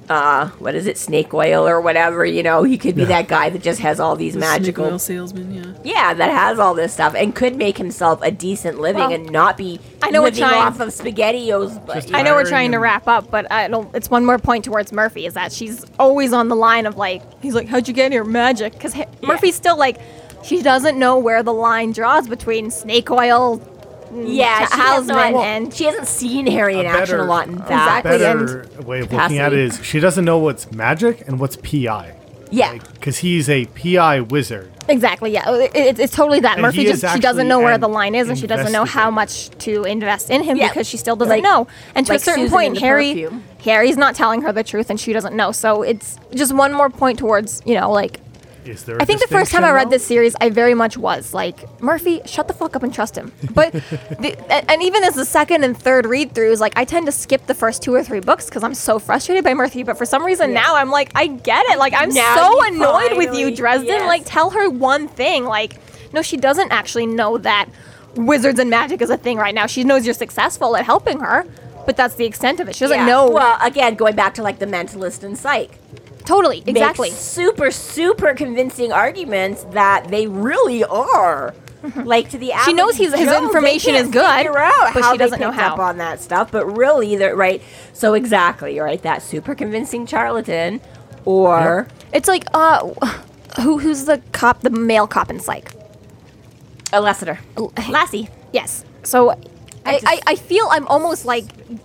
Speaker 4: Uh, what is it, snake oil or whatever? You know, he could be that guy that just has all these
Speaker 2: The snake oil
Speaker 4: magical,
Speaker 2: salesman. Yeah.
Speaker 4: yeah, that has all this stuff and could make himself a decent living
Speaker 1: Well,
Speaker 4: and not be
Speaker 1: I know what
Speaker 4: living
Speaker 1: time-
Speaker 4: off of spaghettios. But
Speaker 3: Just
Speaker 1: I know we're
Speaker 3: Hiring
Speaker 1: trying to
Speaker 3: and-
Speaker 1: wrap up, but I don't, it's one more point towards Murphy is that she's always on the line of like, he's like, how'd you get here? Magic. Because Murphy's still like, she doesn't know where the line draws between snake oil,
Speaker 4: yeah, she has not,
Speaker 1: Talisman, and
Speaker 4: she hasn't seen Harry in
Speaker 3: A
Speaker 4: action a
Speaker 3: better-
Speaker 4: lot in
Speaker 3: a
Speaker 4: that.
Speaker 1: Exactly,
Speaker 3: better way of looking at
Speaker 4: capacity.
Speaker 3: it is she doesn't know what's magic and what's PI.
Speaker 4: Yeah,
Speaker 3: Because he's a PI wizard.
Speaker 1: Exactly. Yeah, it, it- it's totally that.
Speaker 3: And
Speaker 1: Murphy
Speaker 3: he
Speaker 1: just
Speaker 3: is
Speaker 1: she doesn't
Speaker 3: actually
Speaker 1: know where
Speaker 3: an
Speaker 1: the line is, and she doesn't know how
Speaker 3: investigator.
Speaker 1: much to invest in him
Speaker 4: Yeah.
Speaker 1: because she still doesn't
Speaker 4: Like-
Speaker 1: know. And to
Speaker 4: like
Speaker 1: a certain
Speaker 4: Susan in
Speaker 1: point,
Speaker 4: the
Speaker 1: Harry
Speaker 4: perfume.
Speaker 1: Harry's not telling her the truth, and she doesn't know. So it's just one more point towards you know like.
Speaker 3: Is there? I
Speaker 1: I think the first time I read this series, I very much was like, Murphy, shut the fuck up and trust him. But, the, and, and even as the second and third read throughs, like I tend to skip the first two or three books because I'm so frustrated by Murphy. But for some reason now I'm like, I get it. Like I'm
Speaker 4: Now
Speaker 1: so
Speaker 4: you
Speaker 1: annoyed with you,
Speaker 4: finally-
Speaker 1: Dresden.
Speaker 4: yes.
Speaker 1: Like tell her one thing. Like no, she doesn't actually know that wizards and magic is a thing right now. She knows you're successful at helping her, but that's the extent of it. She doesn't
Speaker 4: Yeah.
Speaker 1: know
Speaker 4: Well, again, going back to like the mentalist and psych.
Speaker 1: totally
Speaker 4: Makes
Speaker 1: exactly.
Speaker 4: super, super convincing arguments that they really are. like to the
Speaker 1: Mm-hmm.
Speaker 4: average
Speaker 1: knows he's- his
Speaker 4: Joe, they
Speaker 1: information
Speaker 4: can't
Speaker 1: is good,
Speaker 4: figure out
Speaker 1: but
Speaker 4: how
Speaker 1: she
Speaker 4: they
Speaker 1: doesn't know
Speaker 4: picked
Speaker 1: how.
Speaker 4: up on that stuff. But really, they're right. So exactly, right? That super convincing charlatan, or
Speaker 1: It's like uh, who who's the cop, the male cop in Psych?
Speaker 4: a lesseter.
Speaker 1: Lassie. Yes. So I, I, I, feel I'm almost like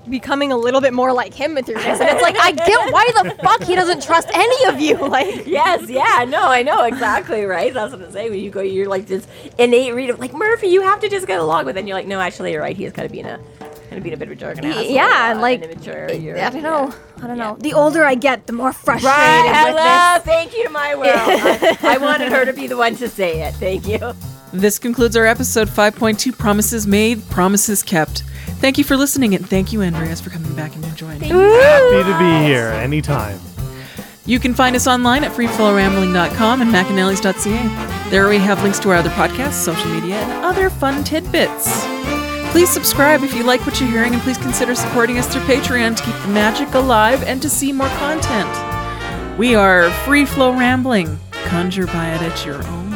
Speaker 1: becoming a little bit more like him through this. And it's like, I get why the fuck he doesn't trust any of you. Like,
Speaker 4: Yes, yeah, no, I know exactly, right? That's what I'm saying. When you go, you're like this innate read of like Murphy, you have to just get along with, it. and you're like, no, actually, you're right. He's kind of being a, kind of being a bit of a jerk and an asshole,
Speaker 1: yeah,
Speaker 4: uh,
Speaker 1: like,
Speaker 4: an immature. you're-
Speaker 1: I don't know. I don't know.
Speaker 4: Yeah.
Speaker 1: The older I get, the more frustrated
Speaker 4: Right,
Speaker 1: with
Speaker 4: hello.
Speaker 1: this.
Speaker 4: Thank you to my world. I, I wanted her to be the one to say it. Thank you.
Speaker 2: This concludes our episode 5.2 Promises Made, Promises Kept. Thank you for listening, and thank you, Andreas, for coming back and joining.
Speaker 3: Happy to be here anytime.
Speaker 2: You can find us online at freeflowrambling.com and mcinallys.ca. There we have links to our other podcasts, social media, and other fun tidbits. Please subscribe if you like what you're hearing, and please consider supporting us through Patreon to keep the magic alive and to see more content. We are Free Flow Rambling. Conjure by it at your own